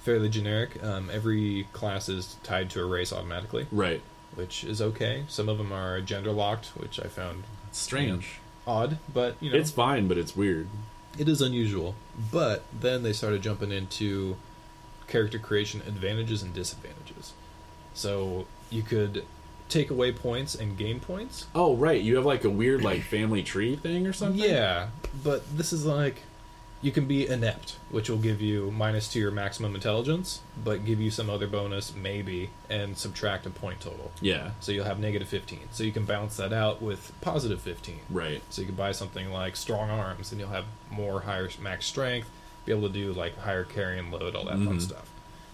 B: fairly generic, um, every class is tied to a race automatically,
A: right
B: which is okay. Some of them are gender locked, which I found
A: Strange.
B: odd, but, you know,
A: It's fine, but it's weird.
B: it is unusual. But then they started jumping into character creation advantages and disadvantages. So you could take away points and gain points.
A: Oh, right. You have like a weird like family tree thing or something.
B: Yeah, but this is like you can be inept, which will give you minus to your maximum intelligence, but give you some other bonus maybe, and subtract a point total.
A: Yeah.
B: So you'll have negative fifteen. So you can balance that out with positive fifteen.
A: Right.
B: So you can buy something like strong arms, and you'll have more higher max strength, be able to do like higher carry and load, all that
A: Mm-hmm.
B: fun stuff.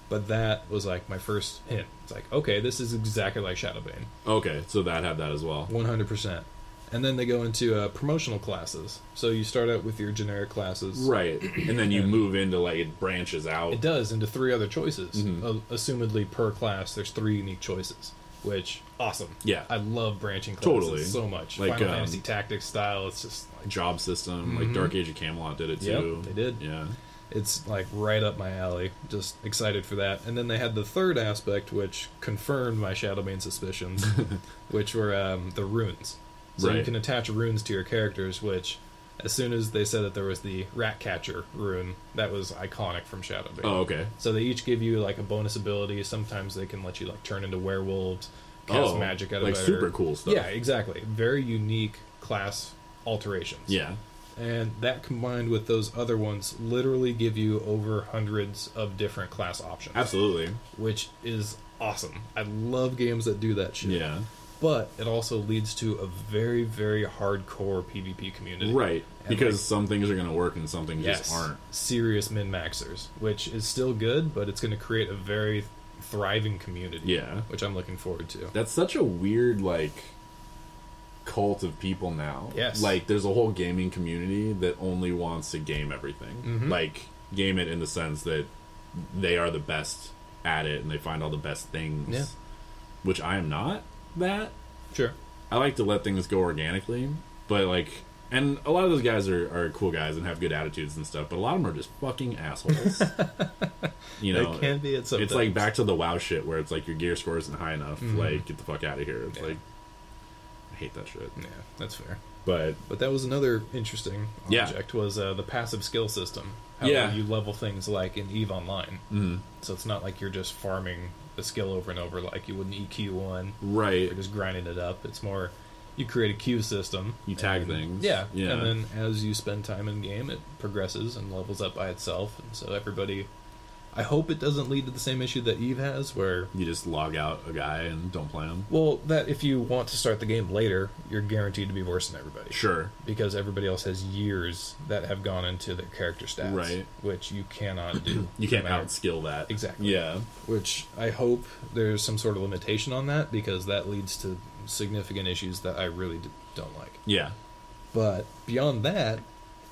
B: But that was like my first hint. It's like, okay, this is exactly like Shadowbane.
A: Okay. So that had that as well.
B: One hundred percent. And then they go into uh, promotional classes. So you start out with your generic classes.
A: Right. And then you move into like it branches out.
B: It does into three other choices.
A: Mm-hmm.
B: A- assumedly, per class, there's three unique choices. Which awesome.
A: Yeah.
B: I love branching classes
A: Totally.
B: so much.
A: Like,
B: Final
A: um,
B: Fantasy Tactics style. It's just like
A: Job system like Dark Age of Camelot did it
B: Mm-hmm. Yep,
A: too.
B: they did.
A: Yeah.
B: it's like right up my alley. Just excited for that. And then they had the third aspect, which confirmed my Shadowbane suspicions, which were um, the runes. So you
A: Right.
B: can attach runes to your characters, which, as soon as they said that there was the rat catcher rune, that was iconic from Shadowbane.
A: Oh, okay.
B: So they each give you like a bonus ability. Sometimes they can let you like turn into werewolves, cast
A: Oh,
B: magic out of
A: like
B: their-
A: super cool stuff.
B: Yeah, exactly. Very unique class alterations.
A: Yeah.
B: And that combined with those other ones literally give you over hundreds of different class options.
A: Absolutely.
B: Which is awesome. I love games that do that shit.
A: Yeah.
B: But it also leads to a very, very hardcore PvP community.
A: Right.
B: And,
A: Because
B: like,
A: some things are going to work and some things
B: yes,
A: just aren't.
B: serious min maxers, which is still good, but it's going to create a very thriving community.
A: Yeah.
B: Which I'm looking forward to.
A: That's such a weird like cult of people now.
B: Yes.
A: Like there's a whole gaming community that only wants to game everything.
B: Mm-hmm.
A: Like game it in the sense that they are the best at it and they find all the best things.
B: Yeah.
A: Which I am not that.
B: Sure.
A: I like to let things go organically, but like and a lot of those guys are, are cool guys and have good attitudes and stuff, but a lot of them are just fucking assholes. you know,
B: it can be at some
A: it's like back to the WoW shit where it's like your gear score isn't high enough. Like get the fuck out of here. It's
B: Yeah.
A: like I hate that shit.
B: Yeah, that's fair.
A: But
B: But that was another interesting
A: Yeah.
B: object was uh, the passive skill system. How
A: Yeah. Mm-hmm.
B: you level things like in Eve Online. Mm. So it's not like you're just farming a skill over and over like you would an EQ one.
A: right,
B: You're just grinding it up. It's more you create a queue system.
A: you tag
B: and-
A: things.
B: Yeah.
A: yeah.
B: And then as you spend time in game, it progresses and levels up by itself, and so everybody I hope it doesn't lead to the same issue that Eve has, where
A: You just log out a guy and don't play him.
B: well, that if you want to start the game later, you're guaranteed to be worse than everybody.
A: Sure.
B: Because everybody else has years that have gone into their character stats,
A: Right.
B: Which you cannot do.
A: You can't
B: no matter-
A: outskill that.
B: Exactly.
A: Yeah.
B: Which I hope there's some sort of limitation on that because that leads to significant issues that I really d- don't like.
A: Yeah.
B: But beyond that,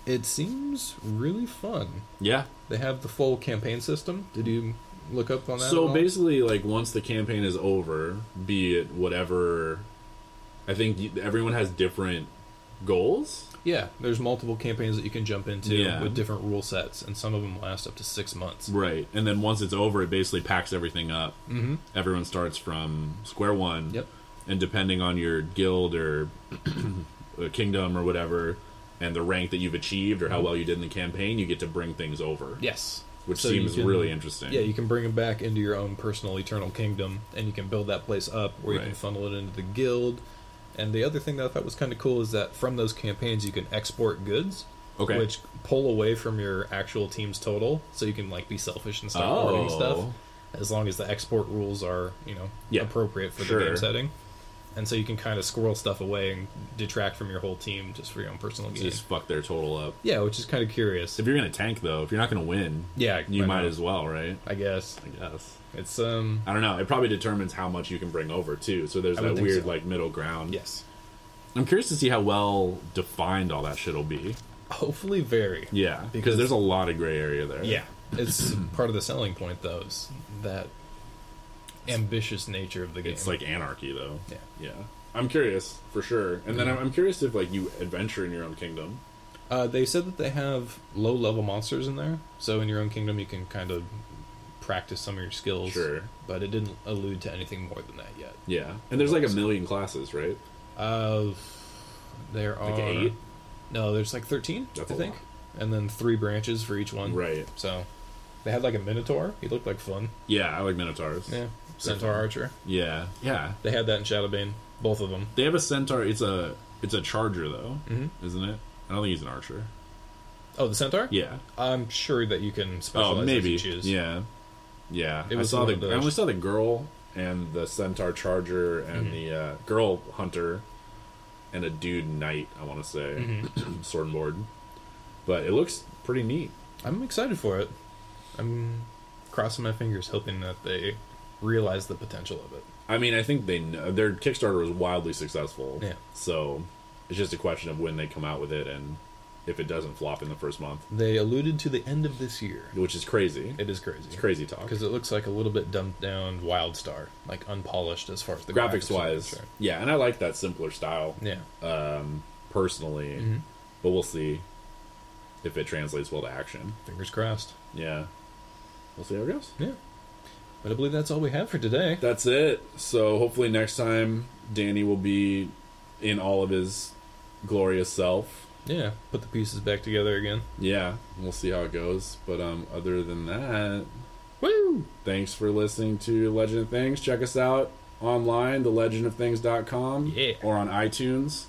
B: it seems really fun.
A: Yeah.
B: They have the full campaign system. Did you look up on that?
A: So
B: at all?
A: basically, like once the campaign is over, be it whatever, I think you- everyone has different goals.
B: yeah, there's multiple campaigns that you can jump into
A: Yeah.
B: with different rule sets, and some of them last up to six months.
A: Right. And then once it's over, it basically packs everything up. Mm-hmm. Everyone starts from square one.
B: Yep.
A: And depending on your guild or uh, kingdom or whatever, and the rank that you've achieved or
B: Mm-hmm.
A: how well you did in the campaign, you get to bring things over.
B: Yes,
A: Which
B: you
A: seems
B: can-
A: really interesting.
B: Yeah, you can bring them back into your own personal eternal kingdom, and you can build that place up, or you can
A: Right.
B: funnel it into the guild. And the other thing that I thought was kind of cool is that from those campaigns, you can export goods,
A: Okay.
B: which pull away from your actual team's total, so you can like be selfish and stop hoarding stuff.
A: Oh.
B: As long as the export rules are, you know,
A: Yeah,
B: appropriate for the
A: sure.
B: game setting. And so you can kind of squirrel stuff away and detract from your whole team just for your own personal gain.
A: Just fuck their total up.
B: yeah, which is kind of curious.
A: If you're gonna tank though, if you're not gonna win,
B: Yeah,
A: you
B: why
A: might
B: not?
A: as well, right?
B: I guess
A: I guess.
B: it's um
A: I don't know. It probably determines how much you can bring over too. So there's
B: I would
A: that
B: think
A: weird
B: so.
A: like middle ground.
B: yes,
A: I'm curious to see how well defined all that shit'll be.
B: hopefully very
A: Yeah, because
B: Because-
A: there's a lot of gray area there.
B: Yeah, it's part of the selling point though is that ambitious nature of the game.
A: it's like anarchy though.
B: Yeah.
A: yeah. I'm curious for sure, and then I'm, I'm curious if like you adventure in your own kingdom.
B: uh, they said that they have low level monsters in there, so in your own kingdom you can kind of practice some of your skills.
A: Sure.
B: but it didn't allude to anything more than that yet.
A: Yeah, and there's like a million classes, right?
B: Uh, there are
A: eight?
B: No, there's like thirteen.
A: That's
B: I
A: a
B: think,
A: lot.
B: and then three branches for each one.
A: Right.
B: So they had like a minotaur. He looked like fun.
A: Yeah, I like minotaurs.
B: Yeah, centaur archer.
A: yeah, yeah.
B: They had that in Shadowbane. Both of them.
A: They have a centaur. It's a it's a charger though, isn't it? I don't think he's an archer.
B: Oh, the centaur.
A: Yeah.
B: I'm sure that you can
A: Oh,
B: specialize
A: maybe.
B: as you choose.
A: Yeah, yeah.
B: It was
A: I saw
B: one
A: the.
B: of those.
A: I only saw the girl and the centaur charger and the uh, girl hunter, and a dude knight. I want to say
B: Mm-hmm.
A: sword and board, but it looks pretty neat.
B: I'm excited for it. I'm crossing my fingers, hoping that they realize the potential of it.
A: I mean, I think they know, their Kickstarter was wildly successful.
B: Yeah.
A: So it's just a question of when they come out with it and if it doesn't flop in the first month,
B: They alluded to the end of this year.
A: which is crazy.
B: It is crazy. It's
A: crazy talk.
B: because it looks like a little bit dumbed down Wildstar, like unpolished as far as the
A: Graphics
B: are
A: wise,
B: concerned.
A: yeah, and I like that simpler style.
B: Yeah, Mm-hmm.
A: personally, but we'll see if it translates well to action.
B: fingers crossed.
A: Yeah, we'll see how it goes.
B: Yeah, but I believe that's all we have for today.
A: That's it. So hopefully next time Danny will be in all of his glorious self.
B: yeah, put the pieces back together again.
A: Yeah, we'll see how it goes. But um, other than that,
B: Woo!
A: thanks for listening to Legend of Things. Check us out online, thelegendofthings.com,
B: Yeah.
A: or on iTunes.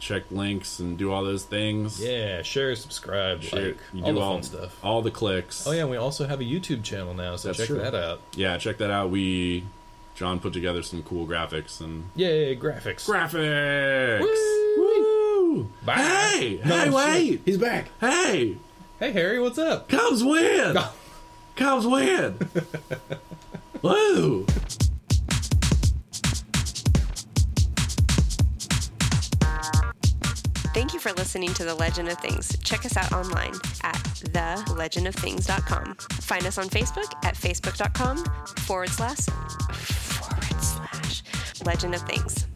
A: Check links and do all those things.
B: Yeah, share, subscribe,
A: Share-
B: like,
A: you do
B: all the
A: all
B: fun stuff.
A: all the clicks.
B: Oh yeah, and we also have a YouTube channel now, so
A: That's
B: check
A: true.
B: that out.
A: yeah, check that out. We John put together some cool graphics and
B: Yay, graphics.
A: graphics.
B: Woo! Bye.
F: Hey!
B: No,
F: hey,
B: Oh, shit.
F: wait!
B: He's back.
F: Hey!
B: Hey, Harry, what's up?
F: Cubs win! Cubs win! Woo!
D: Thank you for listening to The Legend of Things. Check us out online at thelegendofthings.com. Find us on Facebook at facebook.com forward slash forward slash Legend of Things.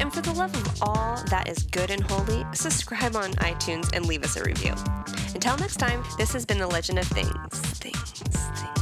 D: And for the love of all that is good and holy, subscribe on iTunes and leave us a review. Until next time, this has been The Legend of Things. Things, things.